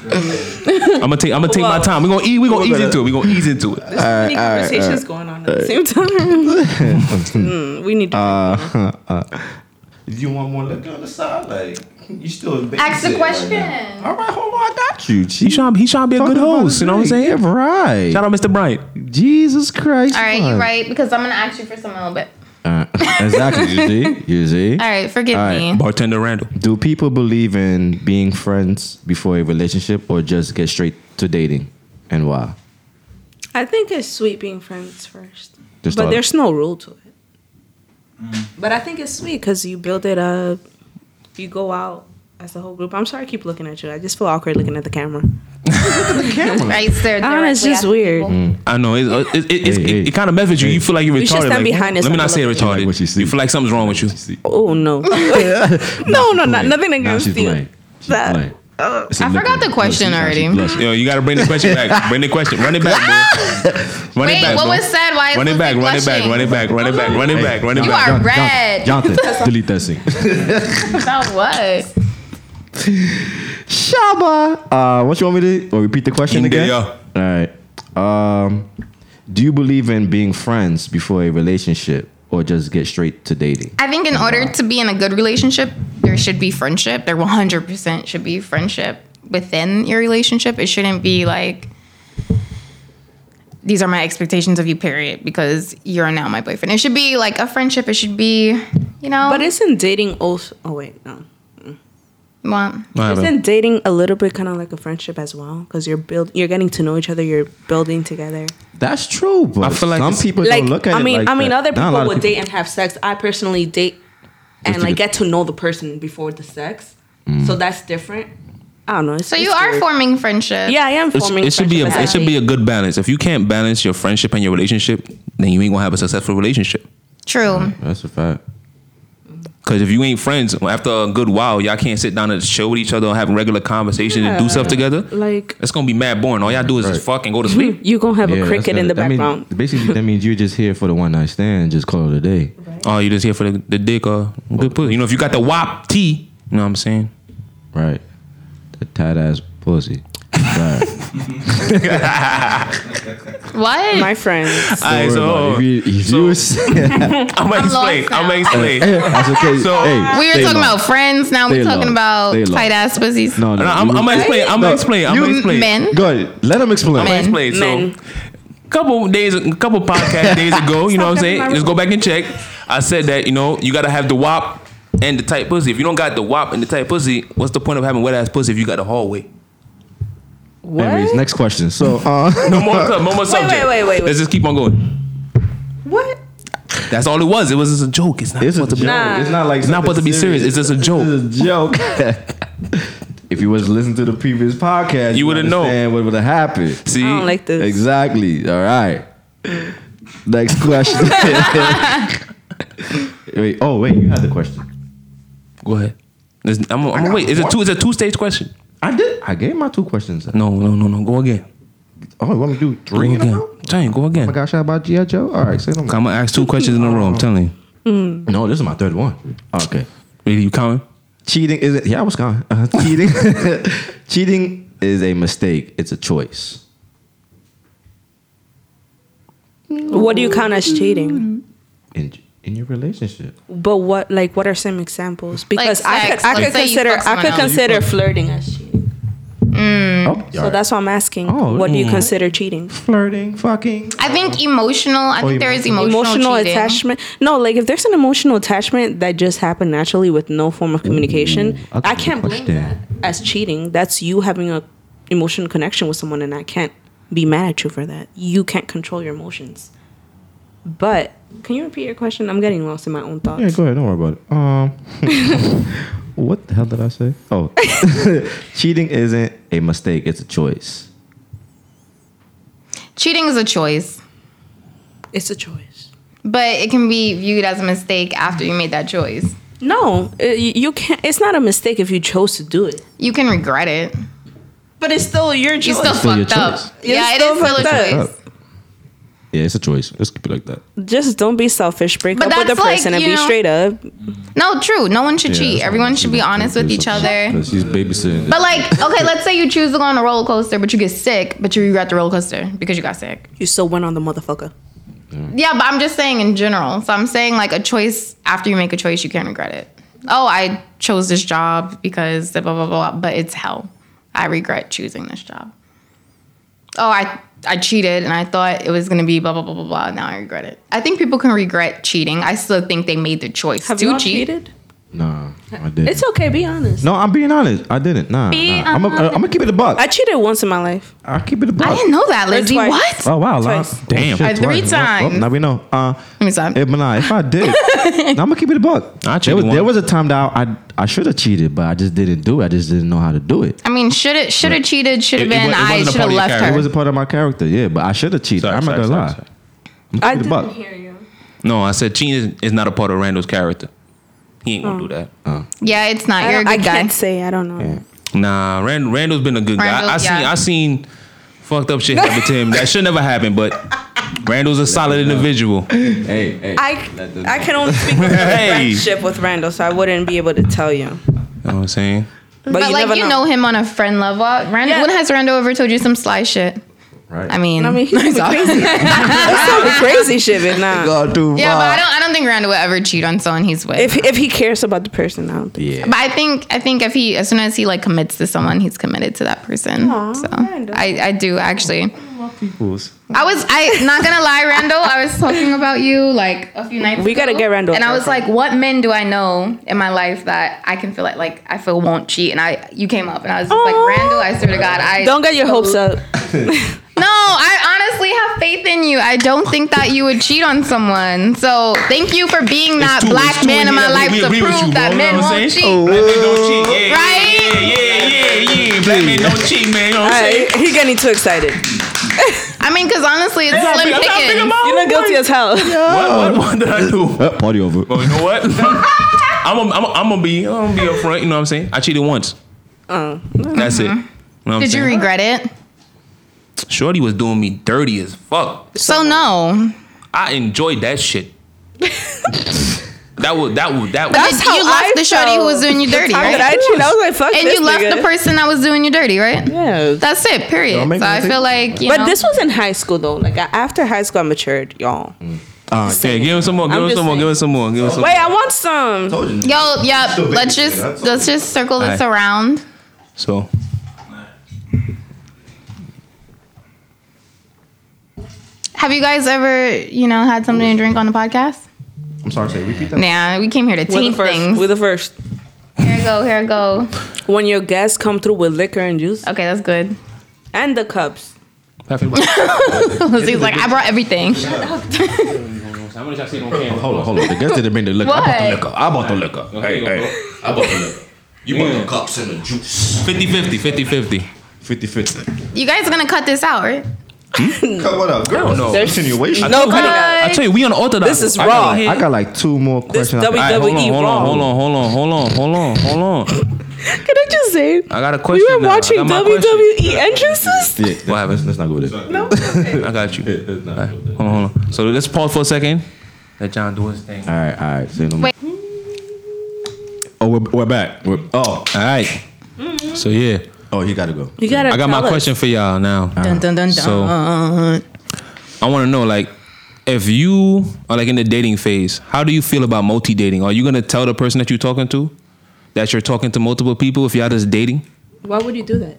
B: I, I'm gonna take. I'm gonna take my
C: Wow.
B: time. We're gonna eat. We're gonna
E: We're
B: ease
E: gonna-
B: into it. We're gonna ease into it.
C: many conversations going on at the same time. Mm, we need to.
F: If you want more liquor on the side, like you still in
D: Ask the
F: babysit
D: question.
F: Right now. All right, hold on, I got you.
E: She
B: He trying. He trying to be a good host. You know what I'm saying?
E: right.
B: Shout out, Mr. Bryant.
E: Jesus Christ.
D: All right,
E: man.
D: you're right because I'm gonna ask you for some a little bit.
E: Uh, exactly. You see. You see.
D: All right, forgive
E: All right.
D: me.
B: Bartender Randall.
E: Do people believe in being friends before a relationship, or just get straight to dating, and why?
C: I think it's sweet being friends first,
E: Just
C: but
E: thought-
C: there's no rule to it. But I think it's sweet because you build it up. You go out as a whole group. I'm sorry, I keep looking at you. I just feel awkward looking at the camera.
D: Right, sir.
C: I don't know, Ah, it's
D: directly
C: just
D: after
C: weird.
D: people.
E: Mm.
B: I know it. It, it, it,
E: Hey, hey.
B: it, kind of messes with you. You feel like you're retarded.
C: should stand
B: like,
C: behind this
B: Let me
C: and
B: not say
C: look.
B: retarded.
E: Like what you see.
B: you feel like something's wrong with you.
C: Oh no! no, no, not, nothing
E: Now
C: against
E: she's
C: you.
E: playing. She's
C: That- Oh.
E: playing. It's a
D: I
E: liquor.
D: forgot the
E: Look,
D: question
E: she's actually
D: already.
E: blushing.
B: Yo, you gotta bring the question back. Bring the question. Run it back, bro. Run
D: Wait,
B: it back,
D: what
B: bro.
D: was said? Why is
B: Run it
D: Lizzie
B: back. Run it back.
D: blushing?
B: Run it back. Run it back. Run it back. Run it
D: You
B: back.
D: are
E: Jon- Jon-
D: red.
E: Jonathan, delete that scene.
D: About what?
E: Shaba. Uh, what you want me to or repeat the question
B: India,
E: again?
B: yeah.
E: All right. Um, do you believe in being friends before a relationship, or just get straight to dating?
D: I think in order to be in a good relationship, there should be friendship. There 100% should be friendship within your relationship. It shouldn't be like, these are my expectations of you, period, because you're now my boyfriend. It should be like a friendship. It should be, you know,
C: But isn't dating also? Oh wait, no.
D: well,
B: What happened?
C: Isn't dating a little bit kind of like a friendship as well? Because you're build, you're getting to know each other, you're building together.
E: That's true, but
B: I feel like
E: some
B: it's-
E: people
C: Like
E: don't look at
C: I
E: it
C: mean,
E: like
C: I mean,
E: that.
C: other
E: Not a
C: people
E: lot of
C: would date and have sex. I personally date and
E: to Mm.
C: like
E: the-
C: get to know the person before the sex, so that's different. I don't know. It's,
D: so you
C: it's
D: are
C: weird.
D: forming friendship.
C: Yeah, I am
B: It's-
C: forming.
B: it should be a,
C: friendship
B: it
C: as
B: should
C: well.
B: be a good balance. If you can't balance your friendship and your relationship, then you ain't gonna have a successful relationship.
D: True.
E: That's a fact.
B: Cause if you ain't friends, after a good while, y'all can't sit down and chill with each other, have regular conversations, and do stuff together.
C: like
B: It's gonna be mad boring. All y'all do is just fuck and go to sleep.
C: you gonna have
E: Yeah,
C: a
E: that's
C: cricket
E: good.
C: in the
E: That means-
C: background.
E: basically, that means you're just here for the one night stand and just call it a day.
B: Oh, you just here for the, the dick or good pussy. You know, if you got the wop T, you know what I'm saying?
E: Right. The tight ass pussy. Right.
D: What?
C: My friends,
B: All right,
E: Don't worry
B: so
E: about it. if you, if you
B: I'm gonna
D: I'm lost
B: explain. I'm gonna
D: now.
B: explain.
E: that's okay.
B: So-
E: hey,
D: we were
E: stay
D: talking
E: low.
D: about friends. Now we're
E: Stay
D: talking
E: low.
D: about
E: Stay low.
D: tight ass pussies.
E: No, no.
B: No, I'm,
E: you-
B: I'm gonna explain. I'm
E: No,
B: gonna explain. I'm
E: you
B: gonna explain.
D: Men.
E: Go ahead. Let him explain.
B: I'm gonna
D: Men.
B: explain. So,
C: Men.
B: couple days, a couple podcast days ago, you know what I'm
C: Stop
B: saying?
C: cutting my
B: Just go back and check. I said that you know you gotta have the wop and the tight pussy. If you don't got the wop and the tight pussy, what's the point of having wet ass pussy if you got the hallway?
E: Anyways,
C: what?
E: next question. So, uh,
B: No more, sub- no more subject.
C: wait, wait, wait, wait.
B: Let's just keep on going.
C: What?
B: That's all it was. It was just a joke. It's not
E: It's a
B: supposed
E: joke.
B: to be.
C: Nah.
E: It's not like
B: It's not supposed to be serious. It's just a joke.
E: It's a joke. if you was listening to the previous podcast,
B: You would've known.
E: understand what would have happened.
B: See,
C: I don't like this.
E: Exactly. All right. Next question. wait. Oh, wait. You had the question.
B: go ahead. There's- I'm, I'm gonna wait. It's a two. It's a two stage question.
E: I did. I gave my two questions.
B: No, no, no, no. Go again.
E: Oh, you want me to do
B: Go
E: three in a
B: again.
E: row? Oh
B: Giant, go again.
E: my gosh, how about G.I. Joe? All right, say no more.
B: I'm gonna ask two questions in a row. I'm telling you.
E: No, this is my third one. Okay.
B: Really, you counting?
E: Cheating is it? Yeah, I was gone. Uh, cheating, cheating is a mistake. It's a choice.
C: What do you count as cheating?
E: in in your relationship.
C: But what, like, what are some examples? Because I
D: sex.
C: could, I
D: Let's
C: could
D: say you
C: consider,
D: fuck
C: I could
D: someone else.
C: consider flirting as cheating.
E: Oh,
C: So that's why I'm asking.
E: Oh,
C: what do you
E: mm.
C: consider cheating?
E: flirting, fucking.
D: I think emotional. I think there is emotional,
C: Emotional
D: cheating.
C: attachment. No, like if there's an emotional attachment that just happened naturally with no form of communication,
E: that's a
C: I
E: good
C: can't blame
E: question.
C: that as cheating. That's you having a emotional connection with someone, and I can't be mad at you for that. You can't control your emotions. But can you repeat your question? I'm getting lost in my own thoughts.
E: Yeah, go ahead. Don't worry about it. Um, what the hell did I say? Oh, cheating isn't a mistake; it's a choice.
D: Cheating is a choice,
C: It's a choice.
D: but it can be viewed as a mistake after you made that choice.
C: No, uh, y- you can't. It's not a mistake if you chose to do it.
D: You can regret it.
C: But it's still your
D: You
C: choice.
D: still
E: still your
D: fucked up.
E: choice.
C: You're
D: yeah, it
C: still
D: is still a
C: fucked up.
D: choice.
E: Yeah, it's a choice. Let's keep it like that.
C: just don't be selfish. Break
D: But
C: up with the
D: that's like,
C: person and
D: you
C: be
D: know-
C: straight up.
D: No, true. No one should
E: Yeah,
D: cheat.
E: that's
D: Everyone
E: what
D: should be
E: I'm
D: honest with
E: saying.
D: each other.
E: 'Cause she's babysitting.
D: But like, okay, let's say you choose to go on a roller coaster, but you get sick, but you regret the roller coaster because you got sick.
C: You still went on the motherfucker.
D: Yeah, but I'm just saying in general. So I'm saying like a choice after you make a choice, you can't regret it. Oh, I chose this job because blah blah blah, blah but it's hell. I regret choosing this job. Oh, I I cheated and I thought it was gonna be blah blah blah blah blah. Now I regret it. I think people can regret cheating. I still think they made the choice
C: Have
D: to
C: you all
D: cheat.
C: cheated?
E: nah, I didn't.
C: It's okay. Be honest.
E: no, I'm being honest. I didn't. Nah,
D: Be
E: nah. I'm gonna keep it a buck.
C: I cheated once in my life.
E: I'll keep it a buck.
D: I didn't know that,
C: Or
D: Lizzie.
C: twice.
D: What?
E: Oh wow, Lon.
C: Twice.
B: Damn.
E: shit,
D: Uh, three
E: twice. Well, well,
D: times.
E: now we know. Uh,
D: Let me stop.
E: if, nah, if I did, nah, I'm gonna keep it a buck.
B: I cheated
E: there, was, there
B: once.
E: was a time that I I, I should have cheated, but I just didn't do it. I just didn't know how to do it.
D: I mean, should it should have cheated? Should have
B: It- it
D: been?
B: wa- it
D: I
B: wasn't a
D: should have
B: part of your
D: left
B: character.
E: It
D: her.
E: was a part of my character, yeah, but I should have cheated.
B: Sorry,
E: I'm not
B: sorry,
E: gonna
B: sorry,
E: lie.
B: sorry.
E: I'm
C: I
E: gonna keep it a
C: didn't
E: buck.
C: hear you.
B: No, I said cheating is- is not a part of Randall's character. He ain't
D: Hmm.
B: gonna do that.
D: yeah, it's not.
C: I,
D: You're a
C: don't-
D: good
C: I
D: guy.
C: can't say. I don't know.
B: Nah, Rand, Randall's been a good guy. I, I
D: Randall,
B: seen
D: yeah.
B: I seen fucked up shit happen to him that should never happen, but Randall's a solid individual.
E: Hey, hey.
C: I I can only speak with
B: Hey.
C: friendship with Randall, so I wouldn't be able to tell you.
B: You know what I'm saying?
C: But,
D: But,
C: you
D: like
C: never
D: you
C: know.
D: know. him on a friend level. Rando,
C: Yeah.
D: When has Rando ever told you some sly shit?
E: right.
D: I mean,
C: I mean, he's
D: it's all-
C: crazy. That's some crazy shit, but nah.
E: God, dude,
D: yeah, but I
E: wow.
D: don't. I don't think Rando would ever cheat on someone he's with.
C: If if he cares about the person, I don't think.
E: Yeah.
D: but I think I think if he as soon as he like commits to someone, he's committed to that person.
C: Aw,
D: so
C: Rando.
D: I, I do actually.
E: Peoples.
D: I was I not gonna lie, Randall. I was talking about you like a few nights.
C: We gotta
D: ago,
C: get Randall
D: And
C: for
D: I
C: a
D: was
C: friend.
D: like, what men do I know in my life that I can feel like like I feel won't cheat? And I you came up and I was just
C: Aw.
D: like, Randall, I swear to God, I
C: Don't get your hopes up.
D: No, I honestly have faith in you. I don't think that you would cheat on someone. So thank you for being that
B: too-
D: black
B: it's too
D: man in my
B: easy.
D: life
B: We-
D: to
B: we agree with
D: prove
B: you, bro.
D: that
B: You
D: men
B: know what I'm
D: won't cheat.
B: saying? Black men don't cheat. Yeah, yeah,
D: Right?
B: Yeah, yeah, yeah, yeah. Black men don't cheat, man. You know what I'm saying?
C: Alright, he getting too excited.
D: Oh I mean, because honestly, it's
B: Oh. I'm
D: slim
B: thinking- I'm thinking
D: pickings.
B: about-
C: You look guilty as hell.
B: What, what, what did I do?
E: Uh, party over.
B: But you know what? I'm gonna I'm a- I'm gonna be I'm gonna be upfront. You know what I'm saying? I cheated once.
C: Uh,
B: That's it. You know what I'm
D: Did you
B: saying?
D: regret it?
B: Shorty was doing me dirty as fuck.
D: So no.
B: I enjoyed that shit. that was that was that was.
C: That's
D: you
C: how
D: left
C: I
D: the shorty who
C: felt.
D: was doing you dirty,
C: How did I
D: right?
C: cheat? I was like, fuck
D: And
C: this
D: you left
C: nigga.
D: the person that was doing you dirty, right?
C: Yes.
D: That's it. Period.
E: Y'all make
D: So I
E: me
D: feel
E: think.
D: like you
C: But
D: know.
C: this was in high school though. Like I- after high school, I matured, y'all.
E: Uh,
B: Hey, give him some more. Give
C: I'm
B: him
C: just
B: some more. Give him some more. Give him some.
C: Wait, I want some.
D: Yo, yeah.
E: Still
D: Let's
E: baby,
D: just
E: yeah, that's
D: let's just circle this
B: Alright.
D: around.
B: So
D: Have you guys ever, you know, had something to drink on the podcast?
E: I'm sorry, say repeat that.
D: Nah, we came here to
C: We're the
D: taint
C: first.
D: things.
C: We're the first.
D: Here I go, here I go.
C: When your guests come through with liquor and juice
D: Okay, that's good.
C: and the cups.
B: happy birthday.
D: Lizzie's like, I brought everything.
B: How many y'all seen on camera?
E: Hold on, hold on. The guest didn't bring the liquor. I
D: What?
E: bought the liquor. I bought the liquor.
B: Hey, hey.
E: I bought the liquor. You
B: bought the
E: cups and the juice.
B: 50 50, 50 50.
E: 50 50.
D: You guys are gonna cut this out, right?
E: Cut what up, girl?
B: don't know.
E: There's continuation.
C: No,
B: we,
C: cut it
D: out.
B: I tell you, we unorthodox.
C: This is
B: I got
C: raw.
B: like-
E: I got like two more
C: This
E: questions.
B: All
C: WWE
B: right, hold on, hold
C: Raw.
B: on, hold on, hold on, hold on, hold on, hold on.
C: Can I just say?
B: I got a
C: we
B: question.
C: were
B: now. I
C: watching E
B: got my
C: WWE
B: question.
C: entrances.
E: yeah,
B: What happened?
E: let's, let's not go with it.
C: No.
B: I got you.
E: Let's not go with it.
B: Hold on, hold on. So let's pause for a second. Let John do his thing.
E: All right, all right. Say no more.
D: Wait.
E: Oh, we're, we're back. We're,
B: All
E: oh,
B: right. So yeah,
E: oh, you gotta go.
C: You gotta.
B: I got
C: tell
B: my
C: us.
B: question for y'all now.
E: Uh,
D: Dun dun dun dun.
B: So- I want to know, like, if you are like in the dating phase, how do you feel about multi dating? Are you gonna tell the person that you're talking to that you're talking to multiple people if y'all just dating?
C: Why would you do that?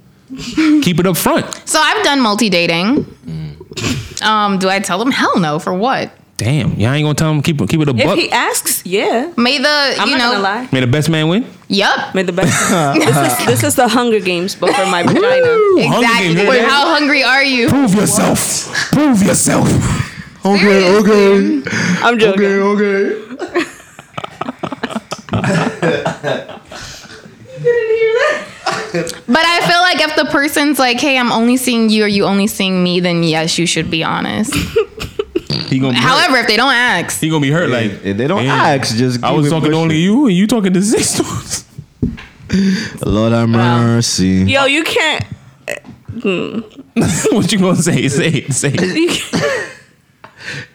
B: Keep it up front.
D: So I've done multi dating.
E: Mm.
D: Um, do I tell them hell no for what?
B: Damn, y'all ain't gonna tell him keep keep it a
C: If
B: buck.
C: he asks, yeah.
D: May the
C: I'm
D: you
C: not gonna
D: know,
C: lie.
B: May the best man win.
D: yep,
C: May the best. this, is, this is the Hunger Games, but for my vagina.
B: Hunger
D: exactly.
B: Games,
D: Wait,
B: yeah.
D: how hungry are you?
B: Prove yourself. Prove yourself.
E: Okay, okay,
C: I'm joking.
E: okay, okay.
D: But I feel like if the person's like, "Hey, I'm only seeing you, or you only seeing me," then yes, you should be honest.
B: He gonna be hurt.
D: However, if they don't ask,
B: he gonna be hurt. Like
E: If they don't
B: damn,
E: ask, just
B: I
E: keep
B: was
E: it
B: talking to
E: pushing.
B: only you, and you talking to six dudes.
E: Lord have mercy.
C: Yo, you can't.
B: what you gonna say? Say it. Say it.
C: You can't.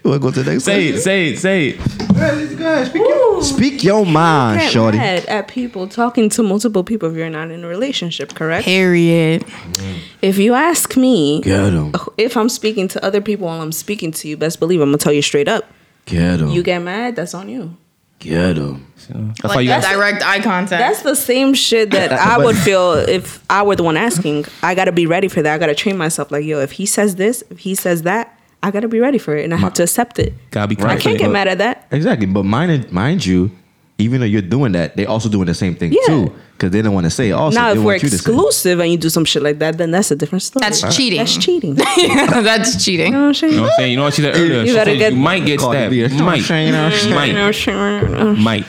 E: We'll go to the next
B: Say
E: one.
B: it. Say it. Say it.
E: Speak your mind,
C: get
E: shorty.
C: mad at people talking to multiple people if you're not in a relationship, correct?
D: period.
C: If you ask me
E: Get him.
C: if I'm speaking to other people while I'm speaking to you, best believe I'm gonna tell you straight up.
E: Get him.
C: You get mad, that's on you.
E: Get him.
B: That's why
D: Like
B: you.
D: that
B: That's,
D: direct eye contact.
C: That's the same shit that I would feel if I were the one asking. I gotta be ready for that. I gotta train myself. Like, yo, if he says this, if he says that, I gotta be ready for it and I have to accept it.
B: gotta be
C: I
B: confident.
C: can't get mad at that.
E: Exactly, but mind mind you, even though you're doing that, they also doing the same thing
C: Yeah.
E: too, because they don't want to say it. Also,
C: now,
E: they
C: if we're
E: want you to say. it.
C: exclusive and you do some shit like that, then that's a different story.
D: That's cheating.
C: That's cheating. You
D: That's cheating.
C: know what I'm saying?
B: You know what I'm saying? You know what she said earlier?
C: You
B: she
C: gotta
B: said
C: get-
B: you might get
E: Cardi
B: stabbed.
E: B, I'm
B: Might.
E: saying, I'm
C: You know
B: Might.
C: what I'm saying?
B: Might.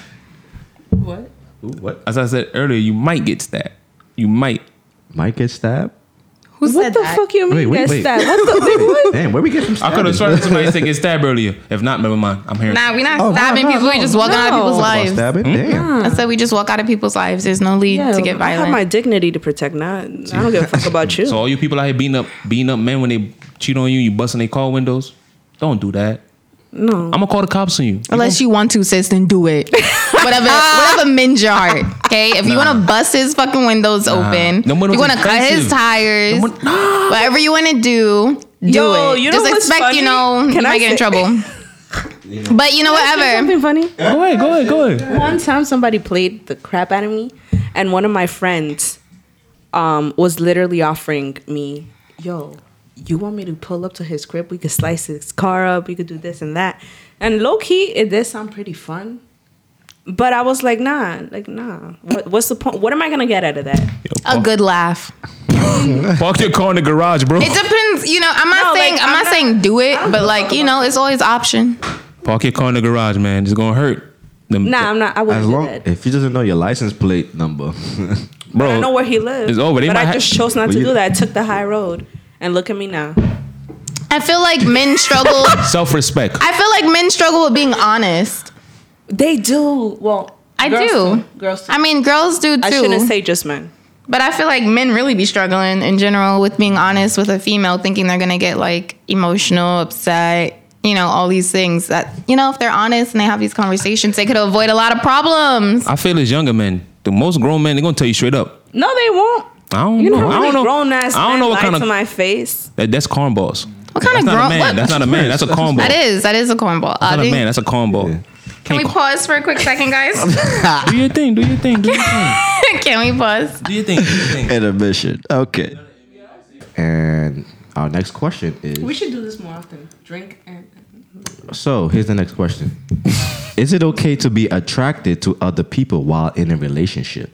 C: What?
E: What?
B: As I said earlier, you might get stabbed. You might.
E: Might get stabbed.
D: Who said
C: What the
D: that?
C: fuck you mean?
E: Wait, wait,
C: that's
E: wait.
C: that? What the? wait, what?
E: Damn, where we get from?
B: I could have started somebody said get stabbed earlier. If not, never mind. I'm hearing.
D: Nah, we not
E: Oh, no,
D: stabbing
E: no,
D: people. we
E: no,
D: just walking out of
C: no.
D: people's
C: About
D: lives.
E: Stabbing?
C: Hmm?
E: Damn.
D: I said we just walk out of people's lives. There's no need to get
C: I have
D: violent.
C: my dignity to protect. Not, I don't give a fuck about you.
B: So all you people out here beating up beating up men when they cheat on you, you busting their car windows. Don't do that.
C: no.
B: I'm gonna call the cops on you.
D: Unless you want to, sis, then do it. whatever, whatever mends your heart. Okay, if you want to bust his fucking windows open,
B: Them windows
D: you want to cut his
B: expensive.
D: tires, whatever you want to do, do
C: Yo,
D: it.
C: you know
D: Just
C: what's
D: expect,
C: funny?
D: you know,
C: Can
D: you
C: I
D: might get in
C: say-
D: trouble. But you know, whatever.
C: Something funny.
B: Go ahead, go ahead, go ahead.
C: One time somebody played the crap out of me, and one of my friends um, was literally offering me, yo, you want me to pull up to his crib? We could slice his car up, we could do this and that. And low key, it did sound pretty fun. But I was like, nah, like, nah. What, what's the point? What am I going to get out of that?
D: A good laugh.
B: Park your car in the garage, bro.
D: It depends, you know. I'm
C: No,
D: not saying
C: like,
D: I'm,
C: I'm
D: not,
C: not-
D: saying do it,
C: don't
D: but
C: give a
D: like
C: fuck
D: you know, it's always option.
B: Park your car in the garage, man. It's gonna hurt. Them,
C: Nah, I'm not. I wouldn't
E: As
C: do
E: long
C: that.
E: if he doesn't know your license plate number,
B: bro.
C: I know where he lives.
B: It's over. They
C: but
B: might
C: I
B: ha-
C: just chose not to
E: Well, you-
C: do that. I took the high road. And look at me now.
D: I feel like men struggle.
B: Self-respect.
D: I feel like men struggle with being honest.
C: They do. Well,
D: I
C: girls
D: do.
C: too. Girls too.
D: I mean, girls do too.
C: I shouldn't say just men.
D: But I feel like men really be struggling in general with being honest with a female, thinking they're gonna get like emotional, upset, you know, all these things. That you know, if they're honest and they have these conversations, they could avoid a lot of problems.
B: I feel as younger men, the most grown men, they're gonna tell you straight up.
C: No, they won't.
B: I don't
C: You know,
B: know. I
C: really
B: don't know.
C: grown ass.
B: I don't know what kind of
C: to my face.
B: that, that's cornballs.
D: What kind
B: that's
D: of
B: not a
D: grown-
B: man.
D: what-
B: That's not a man. That's a cornball.
D: That is that is a cornball. I
B: That's not a
D: think-
B: man. That's a cornball.
D: Can we
B: Can't
D: pause for a quick second, guys?
B: cor- do your thing. Do your thing. Do your thing.
D: Can we pause?
B: Do your thing. Do your thing.
E: intermission. Okay. And our next question is:
C: should do this more often. Drink and.
E: So here's the next question: Is it okay to be attracted to other people while in a relationship?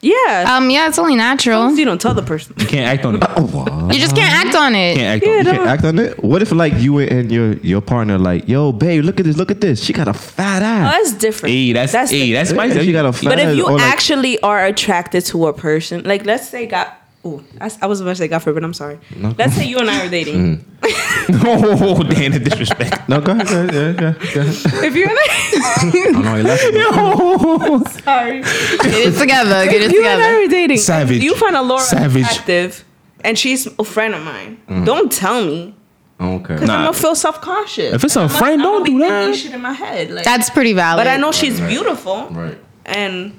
C: Yeah.
D: Um, yeah, it's only natural.
C: you don't tell the person.
B: You can't act on it. You
E: Oh wow.
D: You just can't act on it.
B: can't act
C: Yeah,
B: on it.
E: You can't act on it. What if like you were and your your partner like, yo, babe, look at this, look at this. She got a fat ass.
C: that's different.
B: Hey, that's, that's hey, that's
C: different.
B: spicy.
E: She got a fat
C: But
E: ass.
C: if you
E: or, like,
C: actually are attracted to a person, like let's say God. Ooh, I, s- I was about to say God forbid. I'm sorry. Let's say you and I are dating.
B: Mm. oh, damn, the disrespect.
E: no, go ahead, go ahead, yeah, yeah, go ahead.
C: If you and
E: I know Oh, he left.
C: I, sorry.
D: Get it together. Get it
C: you and I
D: together.
C: are dating.
B: Savage.
C: You find a Laura
B: Savage. Mm.
C: attractive, and she's a friend of mine. Don't tell me.
E: Oh, Okay.
C: 'cause
B: Nah.
C: I'm gonna feel self conscious.
B: If it's a friend, don't do that.
C: Shit in my head. Like,
D: That's pretty valid.
C: but I know she's beautiful.
E: Right.
C: And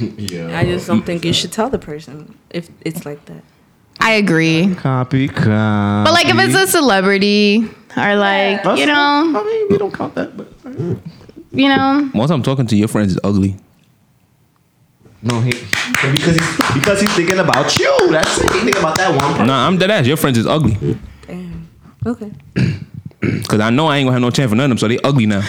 E: Yeah.
C: I just don't think you should tell the person if it's like that.
D: I agree.
E: copy, copy.
D: But like if it's a celebrity or like you know,
E: I mean, we don't count that, but
D: you know,
B: Once I'm talking to your friends, it's ugly.
E: no, he But because he's, because he's thinking about you. That's it. He thinking about that one. person.
B: Nah, I'm dead ass. Your friends is ugly.
C: Damn. Okay.
B: Cause I know I ain't gonna have no chance for none of them, so they ugly now.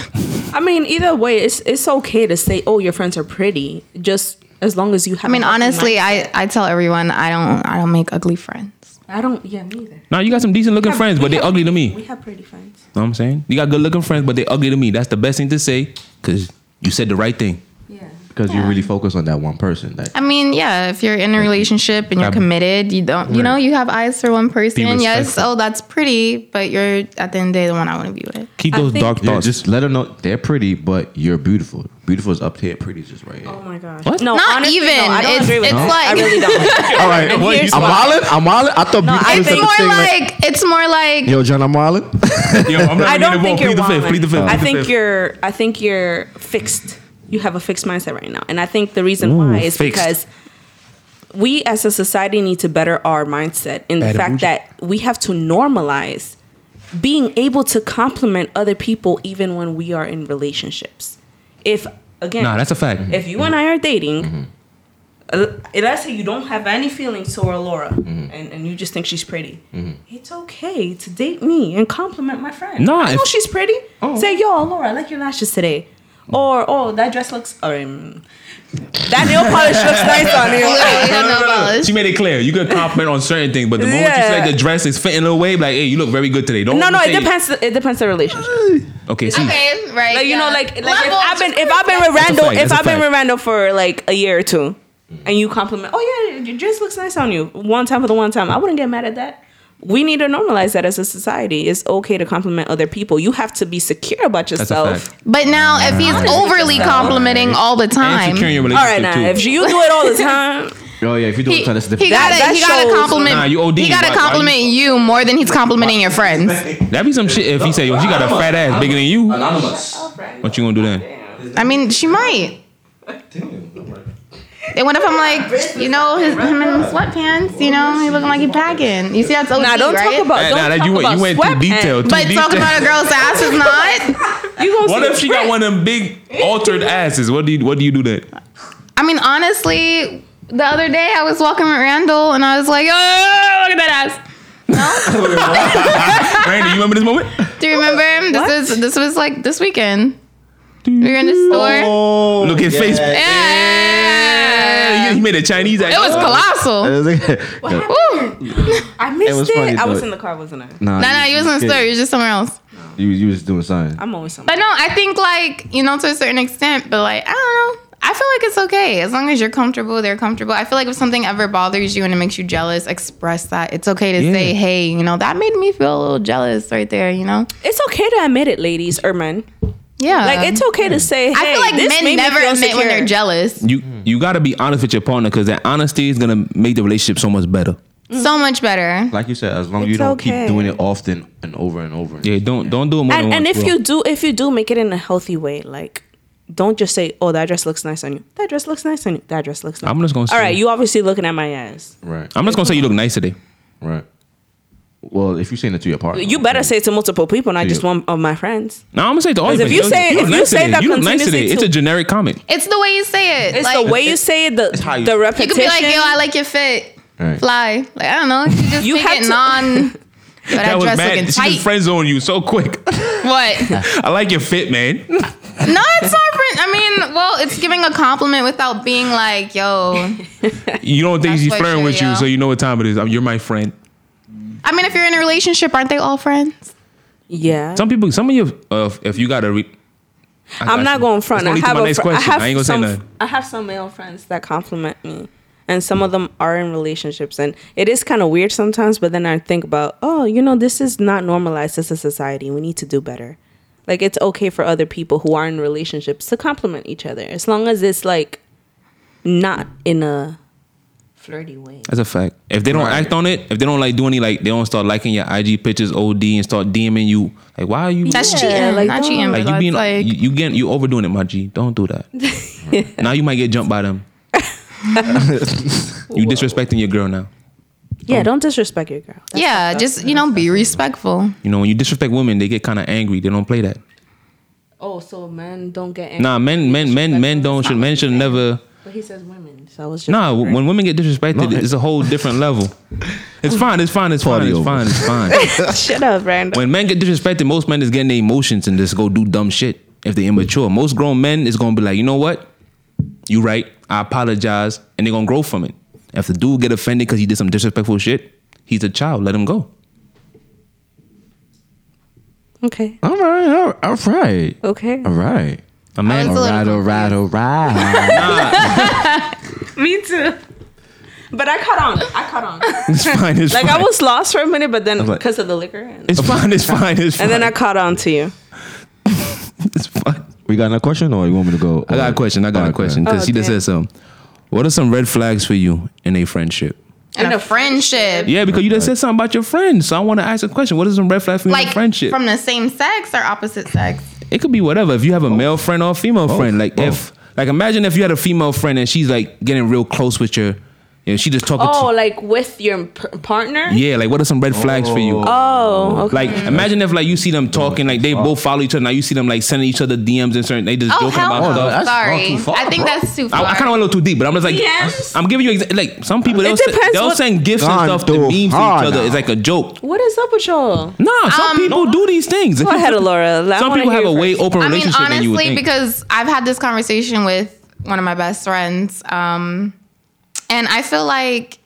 C: I mean, either way, it's it's okay to say, "Oh, your friends are pretty," just as long as you have.
D: I mean,
C: a healthy
D: honestly,
C: mind-
D: I, I tell everyone I don't I don't make ugly friends.
C: I don't. Yeah, me either.
B: Nah, you got some decent looking friends, but they ugly to me.
C: We have pretty friends.
B: Know what I'm saying? You got good looking friends, but they ugly to me. That's the best thing to say, cause you said the right thing.
C: Yeah.
E: Because you really focus on that one person. That
D: I mean, yeah, if you're in a relationship and you're
B: Ab-
D: committed, you don't you know you have eyes for one person. Yes,
B: respectful.
D: oh that's pretty, but you're at the end of the day the one I want to be with.
B: Keep
C: I
B: those
C: think-
B: dark
E: Yeah,
B: thoughts.
E: just let them know they're pretty, but you're beautiful. Beautiful is up here. Pretty is just right here.
C: Oh my gosh.
B: What?
C: No,
D: Not
C: honestly,
D: even.
C: No, I don't
D: It's-
C: agree with
D: it's
C: that.
D: like-
C: I really don't.
E: All right,
B: And here's
E: I'm
B: why.
E: wildin'. I'm wildin'. I thought beautiful
C: I
E: was
C: think-
D: It's
E: the thing
D: more
E: that-
D: like it's more like
E: Yo, John, I'm wildin'.
B: Yo, I'm not
C: I
B: even
C: don't
B: gonna
C: think
B: vote. plead
C: you're
B: the fifth.
C: wilding.
B: Plead the fifth.
C: I
B: plead the
C: think
B: fifth.
C: you're. I think you're fixed. You have a fixed mindset right now, and I think the reason why is
B: fixed.
C: because we as a society need to better our mindset in the
B: Better
C: fact
B: bougie.
C: that we have to normalize being able to compliment other people even when we are in relationships. If again,
B: Nah, that's a fact.
C: if you and I are dating,
B: Mm-hmm.
C: uh, let's say you don't have any feelings toward Laura
B: Mm-hmm.
C: and, and you just think she's pretty, it's okay to date me and compliment my friend.
B: Nah,
C: I know
B: if- Oh.
C: she's pretty. Say, yo, Laura, I like your lashes today. Or, oh, that dress looks, or, um, that nail polish looks nice on you.
D: literally
B: No,
D: have
B: no, no,
D: no
B: no.
D: polish.
B: She made it clear. You could compliment on certain things, but the moment you
C: Yeah.
B: select the dress is fitting a way, like, hey, you look very good today. Don't
C: No, no,
B: say-
C: it depends. It depends the relationship.
B: Okay, see,
D: Okay, right.
C: Like, you know,
D: yeah.
C: like, like if
D: Level,
C: I've been
D: just
C: if I've been with
B: That's a
C: Randall,
B: fact,
C: if
B: that's a
C: I've been
B: fact. Mm-hmm.
C: with Randall for like a year or two, and you compliment, oh yeah, your dress looks nice on you. One time for the one time, I wouldn't get mad at that. We need to normalize that as a society. It's okay to compliment other people. You have to be secure about
B: that's a
C: yourself.
B: fact.
D: But now if he's overly complimenting all the
B: And
D: time,
B: securing your
C: All right,
B: relationship
C: now
B: too.
C: if you do it all the time,
E: Oh yeah, if you do
D: he,
E: it, that's
D: he
E: different.
D: gotta,
C: That-
D: he
C: that
D: gotta
C: shows-
D: compliment.
B: Nah, you OD.
D: He gotta
B: Why- why
D: compliment you more than he's complimenting your friends.
B: That'd be some shit if he say, "Yo, she got a fat ass bigger than you."
E: Anonymous.
B: What you gonna do
C: Oh,
B: then?
D: I mean, she might. And what if I'm like, you know, his, him in sweatpants, you know, he looking like he packing. You see, that's OD,
C: now don't
D: right?
C: talk about
B: Nah,
C: don't
B: nah, that
C: talk
B: you went-
C: about
B: you went too
C: sweatpants.
B: detailed. Too
D: but
B: detailed.
D: talk about a girl's ass is not.
C: You gonna
B: What
C: see
B: if she got one of them big altered asses? What do you What do you do then?
D: I mean, honestly, the other day I was walking with Randall and I was like, oh, look at that ass.
B: Randy, you remember this moment?
D: Do you remember?
C: What?
D: This is this was like this weekend. We were in the store.
E: Oh,
B: Look at face.
D: Yeah.
B: He made a Chinese ass.
D: It was colossal.
E: no,
D: Woo.
C: I missed
E: was
C: it.
E: funny,
C: I
E: though.
C: was in the car, wasn't
B: Mm.
C: I?
E: nah,
D: No, no, you was in the store. You was just somewhere else.
E: You you was doing something.
C: I'm always something.
D: But no, I think like you know to a certain extent, but like I don't know. I feel like it's okay as long as you're comfortable. They're comfortable. I feel like if something ever bothers you and it makes you jealous, express that. It's okay to
B: Yeah.
D: say, "Hey, you know that made me feel a little jealous right there." You know,
C: It's okay to admit it, ladies or men.
D: yeah.
C: Like it's okay
B: Mm.
C: to say. Hey,
D: I feel like
C: this made me
D: men never
C: feel
D: admit when they're
C: secure."
D: jealous.
B: You You gotta be honest with your partner because that honesty is gonna make the relationship so much better.
D: So much better.
E: Like you said, as long as
C: It's
E: you don't
C: okay.
E: keep doing it often and over and over.
B: Yeah, don't don't do it more
C: and,
B: than
C: and
B: once,
C: if
B: bro.
C: you do if you do make it in a healthy way like don't just say oh that dress looks nice on you that dress looks nice on you that dress looks nice
B: I'm just gonna
C: all
B: say-
C: right you obviously looking at my ass
E: Right.
B: I'm just gonna say you look nice today.
E: Right. Well, if you're saying it to your partner,
C: you better say it to multiple people not
E: Yeah.
C: just one of my friends
B: No, I'm gonna say it to all
C: 'Cause
B: your
C: if
B: friends. Yo,
C: you say-
B: look
C: if you
B: nice
C: say
B: today.
C: that
B: you look nice today,
C: continuously
B: it's a
C: to-
B: generic comment.
D: It's the way you say it.
C: it's
D: like
C: the way you say it the,
E: how you-
C: the
D: you
E: You could
C: repetition
D: could be like, "Yo, I like your fit,
E: Right.
D: fly." Like I don't know. You just
C: You
D: make
C: have
D: it
C: to-
D: non. Yo, that,
B: That was
D: dress looking
B: bad. She
D: tight.
B: just friend zone you so quick.
D: what?
B: I like your fit, man.
D: No, it's not. Friend- I mean, well, it's giving a compliment without being like, "Yo."
B: You don't think
D: That's
B: she's
D: for
B: flirting
D: sure,
B: with you,
D: yeah.
B: so you know what time it is. I'm- You're my friend.
D: I mean, if you're in a relationship, aren't they all friends?
C: yeah
B: Some people, some of you, uh, if you gotta, re- I got
C: i'm not
B: you.
C: going front
B: That's
C: i
B: gonna lead to my next
C: have, a fr- I
B: question.
C: have
B: I ain't gonna say
C: some
B: nothing.
C: i have some male friends that compliment me and some of them are in relationships and it is kind of weird sometimes but then i think about oh you know this is not normalized as a society we need to do better like it's okay for other people who are in relationships to compliment each other as long as it's like not in a flirty way
B: That's a fact. If they don't
E: Right.
B: act on it, if they don't like do any, like they don't start liking your IG pictures, OD, and start DMing you, like why are you?
D: That's
C: Yeah,
D: cheating.
C: like,
D: not
C: don't-
D: cheating.
B: like
D: Like,
B: you being
D: like
B: you, you getting you overdoing it, my G. Don't do that. now you might get jumped by them. you disrespecting your girl now. Um,
C: yeah don't disrespect your girl That's
D: yeah, just you know, be respectful.
B: You know when you disrespect women, they get kind of angry. They don't play that.
C: oh so men don't get angry
B: Nah, men, men, men, men don't should men should never
G: But he says women, so I was just
B: Nah, w- when women get disrespected, it's a whole different level. It's fine. It's fine. It's fine.
E: Party
B: It's
E: over.
B: fine. It's fine.
C: Shut up, Brandon.
B: When men get disrespected, most men is getting their emotions and just go do dumb shit if they immature. Most grown men is gonna be like, you know what? You right. I apologize, and they gonna grow from it. If the dude get offended because he did some disrespectful shit, he's a child. Let him go.
C: Okay.
E: All right, all right, all right,
C: Okay.
E: all right,
B: A
D: I
B: man,
D: was a
E: all
D: little
E: right, all right, all right.
C: Me too. But I caught on. I caught on.
B: it's fine. It's
C: Like
B: fine.
C: I was lost for a minute, but then
E: like-
C: because of the liquor, and,
B: It's fine. It's fine. It's fine.
C: and then I caught on to you.
B: it's fine.
E: We got another question, or you want me to go?
B: I got a question. I got a
E: Okay.
B: question because
C: Oh,
B: she just
C: damn.
B: said some. What are some red flags for you in a friendship?
D: in a friendship.
B: Yeah, because you just said something about your friends, so I want to ask a question. What are some red flags for you in
D: Like
B: a friendship?
D: from the same sex or opposite sex?
B: it could be whatever. If you
E: Oh.
B: have a male friend or a female friend, like if like imagine if you had a female friend and she's like getting real close with your, you know, she just talking.
C: Oh,
B: to,
C: like with your p- partner?
B: yeah, like what are some red flags for you?
C: Oh, okay.
B: Like imagine if like you see them talking, like they both follow each other. Now you see them like sending each other DMs and certain, they just
D: Oh
B: joking
D: hell
B: about
D: no!
B: stuff.
E: that's
D: Sorry,
E: gone too far,
D: I think
E: bro.
D: that's too
B: I,
D: far.
B: I kind of went a little too deep, but I'm just like,
C: DMs?
B: I'm giving you exa- like some people they'll, send,
C: depends
B: they'll
C: what-
B: send gifts and
E: Gone
B: stuff to
E: too
B: memes to each
E: far
B: other.
E: now.
B: It's like a joke.
C: what is up with y'all?
B: Nah, some
D: Um,
B: people do these things.
C: Go ahead, Laura. I
B: Some
C: wanna
B: people
C: hear
B: have a
C: you
B: way
C: first.
B: open
D: I mean,
B: relationship than you would
D: honestly,
B: think.
D: because I've had this conversation with one of my best friends, um, and I feel like,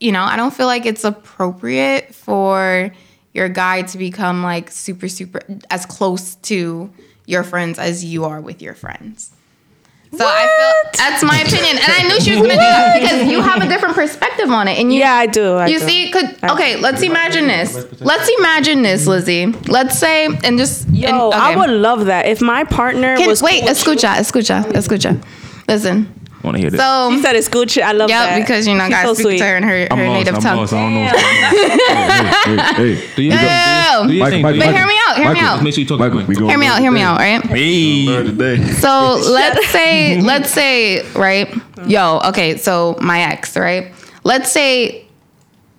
D: you know, I don't feel like it's appropriate for your guy to become like super, super as close to your friends as you are with your friends. So I feel that's my opinion, and I knew she was gonna do that because you have a different perspective on it, and you
C: Yeah, I do. I
D: you
C: do.
D: see, could okay. Let's imagine this. Let's imagine this, Lizzie. Let's say, and just
C: Yo,
D: and, okay.
C: I would love that if my partner
D: Can,
C: was.
D: wait,
C: cool with
D: escucha, escucha, escucha. Listen.
B: want to hear this?
D: So,
C: you. She said it's Gucci. I love that.
D: yeah, because you know,
C: She's
D: guys
C: so
D: speak
C: sweet.
D: to her in her, her native tongue.
E: Hey, hey,
B: Do you
D: Yo!
B: do you think?
E: Mike, Mike,
B: do you
D: But
E: Michael,
D: hear me out. Hear me
E: Michael,
D: out.
B: Make sure you talk
E: Michael,
B: to
E: we
B: Mike.
E: go
D: Hear me out. Hear me out. Right.
E: today.
D: So let's say, let's say, right? Yo, okay. So my ex, right? Let's say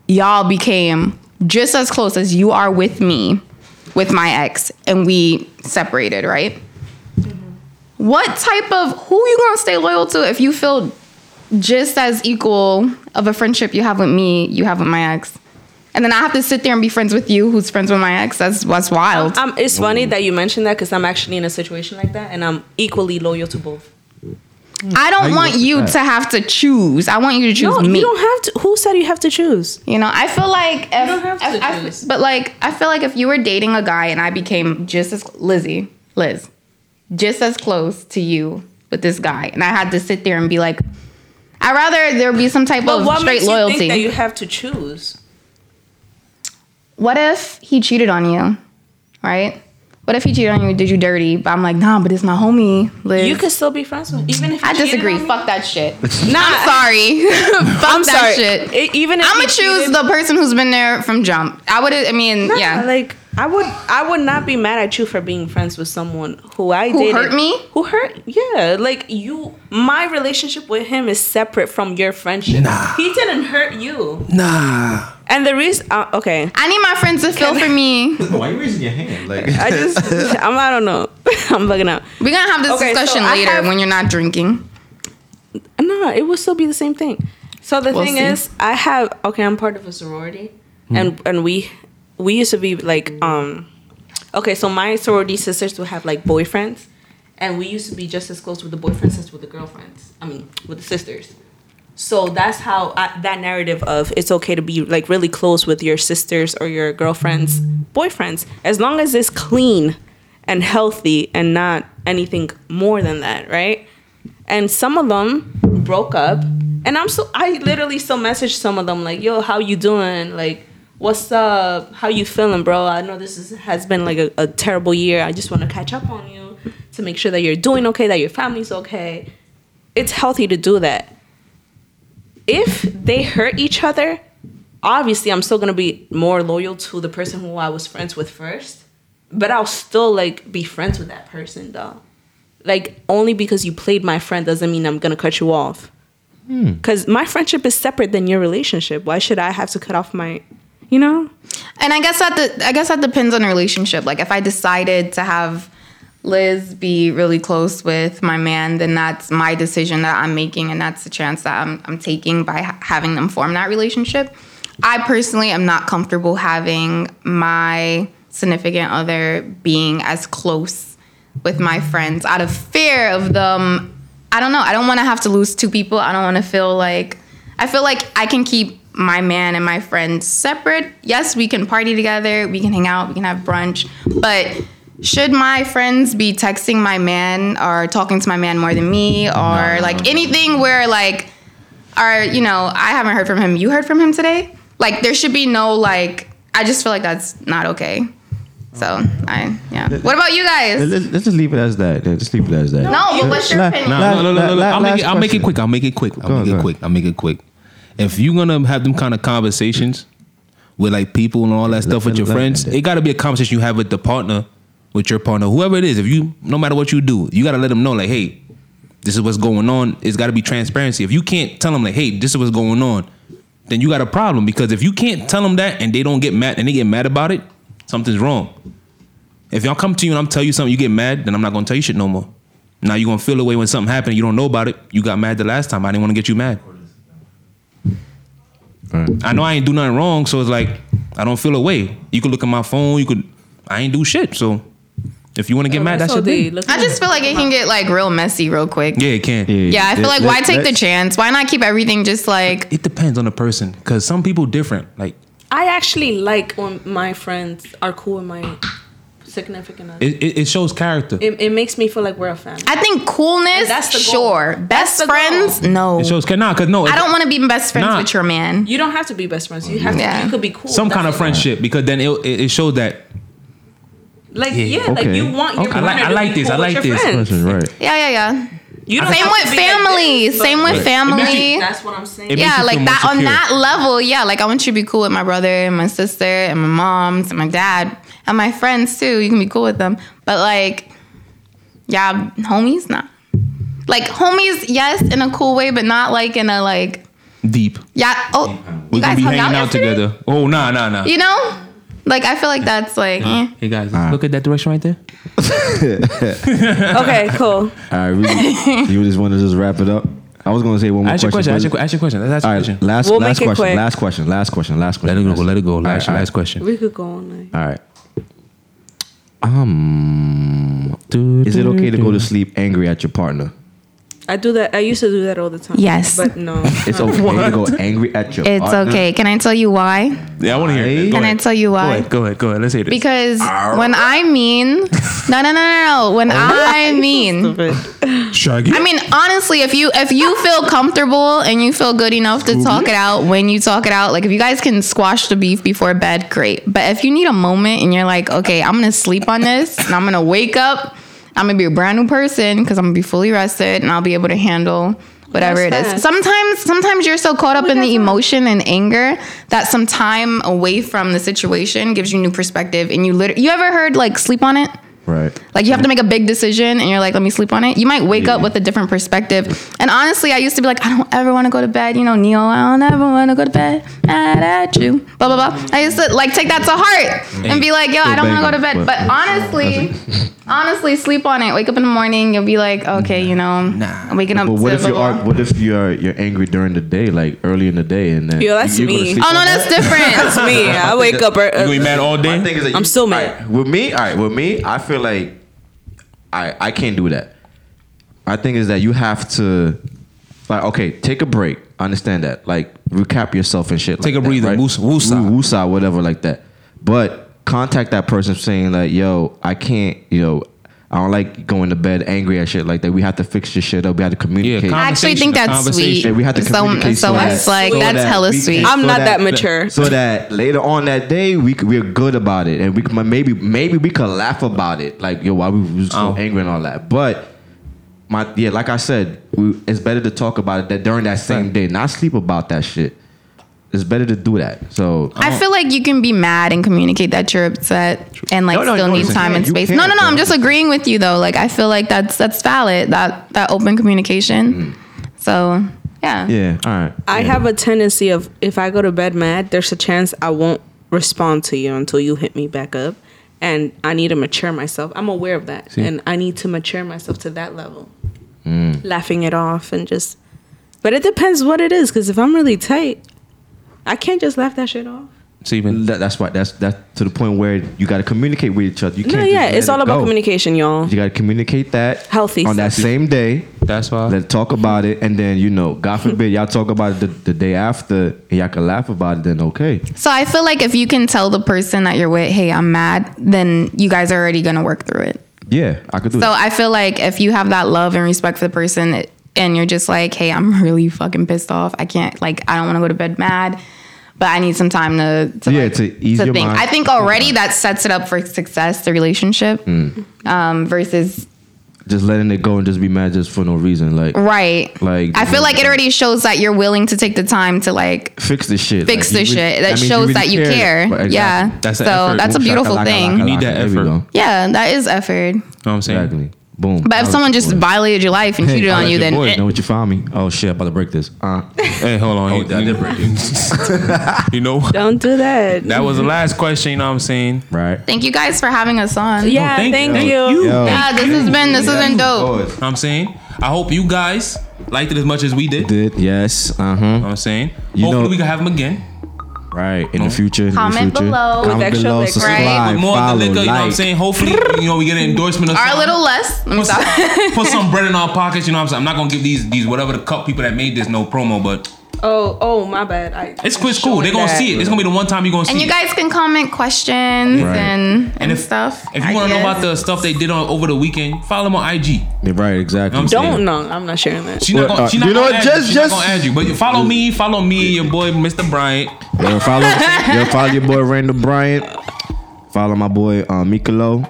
D: y'all became just as close as you are with me, with my ex, and we separated, right?
E: Mm-hmm.
D: What type of who you gonna stay loyal to if you feel just as equal of a friendship you have with me, you have with my ex? And then I have to sit there and be friends with you, who's friends with my ex. That's that's wild.
C: Um, it's
B: Mm-hmm.
C: funny that you mentioned that because I'm actually in a situation like that, and I'm equally loyal to both.
D: I don't
E: you
D: want
E: look at
D: you
E: that?
D: to have to choose. I want you to choose
C: No,
D: me.
C: you don't have to. Who said you have to choose?
D: You know, I feel like if,
C: don't have to
D: if- I-
C: choose.
D: but like I feel like if you were dating a guy and I became just as Lizzie, Liz, just as close to you with this guy, and I had to sit there and be like, I'd rather there be some type of
C: you
D: straight
C: think
D: loyalty.
C: that you have to choose?
D: what if he cheated on you, right? What if he cheated on you? Did you dirty? But I'm like, nah, but it's my homie, Liz.
C: You could still be friends with, even if
D: I
C: you cheated
D: disagree.
C: on me?
D: Fuck that shit.
C: Nah,
D: I'm sorry. Fuck
C: I'm
D: that
C: sorry.
D: shit.
C: E- even if
D: I'm
C: you
D: gonna choose
C: cheated-
D: the person who's been there from jump. I would. I mean,
C: Nah,
D: yeah.
C: Like I would, I would not be mad at you for being friends with someone who I
D: Who
C: dated.
D: hurt me?
C: Who hurt? Yeah, like you. My relationship with him is separate from your friendship.
B: Nah.
C: He didn't hurt you.
B: Nah.
C: And the reason, uh, okay,
D: I need my friends to feel for me.
F: Why are you raising your hand? Like,
C: I just, I'm, I don't know, I'm bugging out.
D: We're gonna have this
C: Okay, so
D: discussion
C: I
D: later
C: have-
D: when you're not drinking.
C: No, it would still be the same thing. So the
D: We'll
C: thing
D: see. Hmm.
C: is, I have okay. I'm part of a sorority, and and we we used to be like um, okay. So my sorority sisters would have like boyfriends, and we used to be just as close with the boyfriends as with the girlfriends. I mean, with the sisters. So that's how I, that narrative of it's okay to be like really close with your sisters or your girlfriends, boyfriends, as long as it's clean and healthy and not anything more than that, right? and some of them broke up and i'm so i literally still messaged some of them like yo how you doing like what's up how you feeling bro i know this is, has been like a, a terrible year i just want to catch up on you to make sure that you're doing okay that your family's okay it's healthy to do that if they hurt each other obviously i'm still going to be more loyal to the person who i was friends with first but i'll still like be friends with that person though like only because you played my friend doesn't mean I'm gonna cut you off.
B: Hmm.
C: Because my friendship is separate than your relationship. Why should I have to cut off my, you know?
D: And I guess that the, I guess that depends on the relationship. Like if I decided to have Liz be really close with my man, then that's my decision that I'm making, and that's the chance that I'm, I'm taking by ha- having them form that relationship. I personally am not comfortable having my significant other being as close with my friends out of fear of them. I don't know. I don't want to have to lose two people. I don't want to feel like I feel like I can keep my man and my friends separate. Yes, we can party together, we can hang out, we can have brunch, but should my friends be texting my man or talking to my man more than me or like anything where like or you know, I haven't heard from him, you heard from him today? Like there should be no like I just feel like that's not okay. So, I yeah. What about you guys?
E: Let's, let's just leave it as that. Let's just leave it as that.
D: No, but what's your
E: La-
D: opinion?
E: la-
B: No,
D: No,
B: no,
E: la-
B: no, no, no.
E: la-
B: I'll make it.
E: last
B: I'll make it
E: question.
B: quick. I'll make it quick. I'll
E: Go on,
B: make
E: go
B: it
E: on.
B: quick. I'll make it quick. If you're gonna have them kind of conversations with like people and all that stuff with your
E: let-
B: friends,
E: let-
B: it got to be a conversation you have with the partner, with your partner, whoever it is. If you, no matter what you do, you got to let them know like, hey, this is what's going on. It's got to be transparency. If you can't tell them like, hey, this is what's going on, then you got a problem because if you can't tell them that and they don't get mad and they get mad about it, something's wrong. If y'all come to you and I'm tell you something, you get mad, then I'm not gonna tell you shit no more. Now you're gonna feel the way when something happened, you don't know about it. You got mad the last time. I didn't want to get you mad. I know I ain't do nothing wrong, so it's like I don't feel a way. You could look at my phone, you could I ain't do shit. So if you wanna get mad, that's your thing.
D: I just feel like it can get like real messy real quick.
B: Yeah, it can.
D: Yeah, I feel like
E: Let-
D: why
E: let-
D: take the
E: let's-
D: chance? Why not keep everything just like
B: It depends on the person. Cause some people different. Like
C: I actually like when my friends are cool with my significant other. It,
B: it, it, it shows character. It,
C: it, makes me feel like we're a family.
D: I think coolness,
C: And that's the goal.
D: sure. Best
C: the
D: friends, no.
B: shows character. Nah, cause no,
D: I don't want to be best friends
B: Nah.
D: with your man.
C: You don't have to be best friends. You have
D: Yeah.
C: to. You could be cool.
B: some
C: That's
B: kind of
C: it.
B: friendship because then it it, it shows that
C: Like
B: Yeah,
C: yeah, like
E: okay.
C: you want your
B: Okay. I like-
C: partner
B: I
C: to
B: like
C: be
B: this,
C: cool
B: I
C: with
B: like
C: your
B: this.
C: friends.
E: That's right.
D: Yeah, yeah, yeah.
C: You don't
D: Same
C: have
D: with
C: to be like
D: family.
C: this, but-
D: Same with family.
C: That's what I'm saying.
B: It makes
D: yeah,
B: you
D: like
B: feel
D: that
B: more
D: on
B: secure.
D: that level. Yeah, like I want you to be cool with my brother and my sister and my moms and my dad and my friends too. You can be cool with them, but like, yeah, homies, nah. Like homies, yes, in a cool way, but not like in a like,
B: deep.
D: yeah. Oh,
B: We
D: you
B: can
D: guys
B: be
D: hung out,
B: hanging out
D: yesterday?
B: together. Oh nah nah nah.
D: You know, like I feel like that's like, eh.
B: Hey guys,
E: Ah.
B: look at that direction right there.
C: Okay, cool.
E: All right, we, you just want to just wrap it up. I was gonna say one more
B: Ask your question. Ask your,
E: please.
B: que- ask your question. Let's ask
E: All
B: your
E: right,
B: question.
E: last
C: We'll
E: last
C: make it
E: question.
C: quick.
E: Last question. Last question. Last
B: Let
E: question.
B: it go. Let it go. Last,
E: All right, all right.
B: last question.
C: We could go on.
E: All right. Um, is it okay to
C: Mm-hmm.
E: go to sleep angry at your partner?
C: I do that. I used to do that all the time.
D: Yes.
C: but no.
E: It's
C: no.
E: okay to go angry at your.
D: eh, It's
A: Uh,
E: partner?
D: okay. Can I tell you why?
B: Yeah, I want to hear it. Go
D: Can I
B: ahead.
D: tell you
B: Go
D: why?
B: ahead. Go ahead. Go ahead. Let's hear this.
D: Because when I mean, no, no, no, no, no. When I mean,
B: Shaggy.
D: I mean, honestly, if you if you feel comfortable and you feel good enough to talk it out when you talk it out, like if you guys can squash the beef before bed, great. But if you need a moment and you're like, okay, I'm gonna sleep on this and I'm gonna wake up, I'm gonna be a brand new person because I'm gonna be fully rested and I'll be able to handle whatever it
C: That's
D: is.
C: facts.
D: Sometimes sometimes you're so caught up in the
C: that's right.
D: emotion and anger that some time away from the situation gives you new perspective and you literally you ever heard like sleep on it?
E: Right.
D: Like you have to make a big decision and you're like, let me sleep on it. You might wake up with a different perspective. And honestly, I used to be like, I don't ever want to go to bed. You know, Neil, I don't ever want to go to bed. Mad at you. Blah, blah, blah. I used to like take that to heart and be like, yo, I don't want to go to bed. But honestly, honestly, sleep on it. Wake up in the morning. You'll be like, okay, you know,
B: Nah.
D: I'm waking up
E: But what
D: to
E: if you
D: blah,
E: are?
D: blah.
E: What if you are? You're angry during the day, like early in the day, and then
C: Yo, that's
E: you, you're gonna
C: me.
E: sleep
D: Oh,
E: on
D: no,
E: that?
D: that's different.
C: It's me. I wake up.
B: You gonna be
C: Uh,
B: mad all
E: My
B: day?
E: thing is that
C: I'm
E: you-
C: still mad.
E: alright, with me, all right. With me, I feel like I I can't do that. My thing is that you have to like okay, take a break. I understand that. Like recap yourself and shit.
B: Take
E: like
B: a
E: that,
B: breather.
E: Right?
B: Woos- woosah.
E: Woo- woosah, whatever, like that. But contact that person saying like, yo, I can't. You know, I don't like going to bed angry at shit like that. We have to fix this shit up. We have to communicate.
B: con-
D: I actually think
B: Conversation,
D: that's sweet.
B: conversation.
E: Yeah, we have to
D: So-
E: communicate
D: so
E: so
D: it's
E: that-
D: like
E: so
D: that's
E: that
D: hella
E: we can-
D: sweet.
E: so
C: I'm not that mature.
E: So that later on that day we c- we're good about it, and we can- maybe maybe we could laugh about it, like yo, why we was so
B: Oh.
E: angry and all that. But my yeah, like I said, we, it's better to talk about it that during that same
B: Right.
E: day, not sleep about that shit. It's better to do that. So
D: I feel like you can be mad and communicate that you're upset and like
E: No, no,
D: still
E: no,
D: need
E: you
D: time
E: can,
D: and
E: you
D: space.
E: can,
D: No, no, no.
E: bro.
D: I'm just agreeing with you though. Like I feel like that's that's valid. That that open communication. So yeah.
E: Mm-hmm. yeah, all right.
C: I have a tendency of if I go to bed mad, there's a chance I won't respond to you until you hit me back up, and I need to mature myself. I'm aware of that,
B: See.
C: and I need to mature myself to that level. Laughing it off and just, but it depends what it is. Because if I'm really tight, I can't just laugh that shit off.
B: So you've been
E: That, that's why that's that to the point where you got to communicate with each other. You can't.
C: No,
E: just
C: yeah,
E: let
C: it's
E: it
C: all about
E: go.
C: communication, y'all.
E: You got to communicate that
C: Healthy
E: on that
C: stuff.
E: same day.
B: that's why
E: Let talk about it, and then you know, God forbid, y'all talk about it the, the day after, and y'all can laugh about it. Then okay,
D: So I feel like if you can tell the person that you're with, hey, I'm mad, then you guys are already gonna work through it.
E: yeah, I could do
D: So
E: it.
D: I feel like if you have that love and respect for the person it- and you're just like, hey, I'm really fucking pissed off. I can't, like, I don't want to go to bed mad, but I need some time to, to
E: Yeah,
D: like,
E: to ease your
D: think.
E: mind.
D: I think already that sets it up for success, the relationship,
E: Mm.
D: um, versus,
E: Just letting it go and just be mad just for no reason, like
D: right.
E: Like-
D: I feel like it already shows that you're willing to take the time to, like,
E: fix the shit,
D: fix
E: Like,
D: the
E: you really-
D: shit. That,
E: means you
D: shows
E: really
D: that you care.
E: Right,
D: Yeah.
E: exactly.
B: That's
D: so
B: an effort.
D: that's a
B: Boom,
D: beautiful
E: Shakalaka,
D: thing.
E: laka,
B: You need
E: laka.
B: that
E: There we
B: effort.
E: go.
D: Yeah, that is effort.
B: know what I'm saying?
E: Exactly. Boom.
D: But if someone just
E: buys
D: violated your life and cheated on you, then
E: know what you found me. Oh shit, I'm about to break this. Uh,
B: Hey, hold on. you,
E: that did break
B: you know,
C: Don't do that.
B: that was the last question, you know what I'm saying?
E: right.
D: thank you guys for having us on.
C: yeah,
B: thank
C: thank,
B: you.
C: you.
B: Oh.
E: Yo.
D: Yeah, this has been this has been dope.
E: Oh,
B: know what I'm saying? I hope you guys liked it as much as we did. You know
E: did yes. Uh huh.
B: what I'm saying?
E: You
B: Hopefully
E: know-
B: we can have them again.
E: Right. In the future. in the
D: Comment
E: future.
D: below. With
E: Comment
C: extra
E: below.
C: liquor.
E: subscribe.
D: Right.
B: With more of
E: follow,
B: the liquor, you know what I'm
E: like.
B: saying? Hopefully, you know, we get an endorsement or something.
D: Or a little less. Let me
B: Put some,
D: stop.
B: put some bread in our pockets, you know what I'm saying? I'm not gonna give these these whatever the cup people that made this no promo, but
C: Oh, oh, my bad. I,
B: it's quiz cool. They're gonna see it. It's gonna be the one time you're gonna see
D: And you
B: it.
D: guys can comment questions
E: Right.
D: and, and,
B: if-
D: stuff.
B: If you want to know about the stuff they did on over the weekend, follow them on IG.
E: Yeah, Right. Exactly.
B: I'm saying-
C: Don't know. I'm not sharing that.
B: She's not
E: Well,
B: gonna,
E: uh,
B: she not
E: you know
B: gonna
E: what,
B: add
E: just-
B: you. She not
E: just-
B: gonna add you. But you follow me, follow me, your boy Mr. Bryant.
E: Yo, follow, yo, follow your boy Randall Bryant. Follow my boy uh, Mikolo.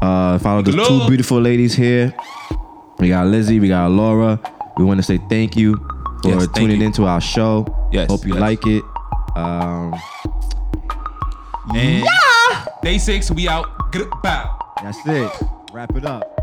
E: Uh, follow the
B: Mikolo.
E: two beautiful ladies here. We got Lizzie, we got Laura. We want to say thank you for
B: Yes, thank
E: tuning
B: you.
E: into our show.
B: Yes,
E: Hope you
B: yes.
E: like it. Um,
B: And Day six, we out. Goodbye.
E: that's it. Wrap it up.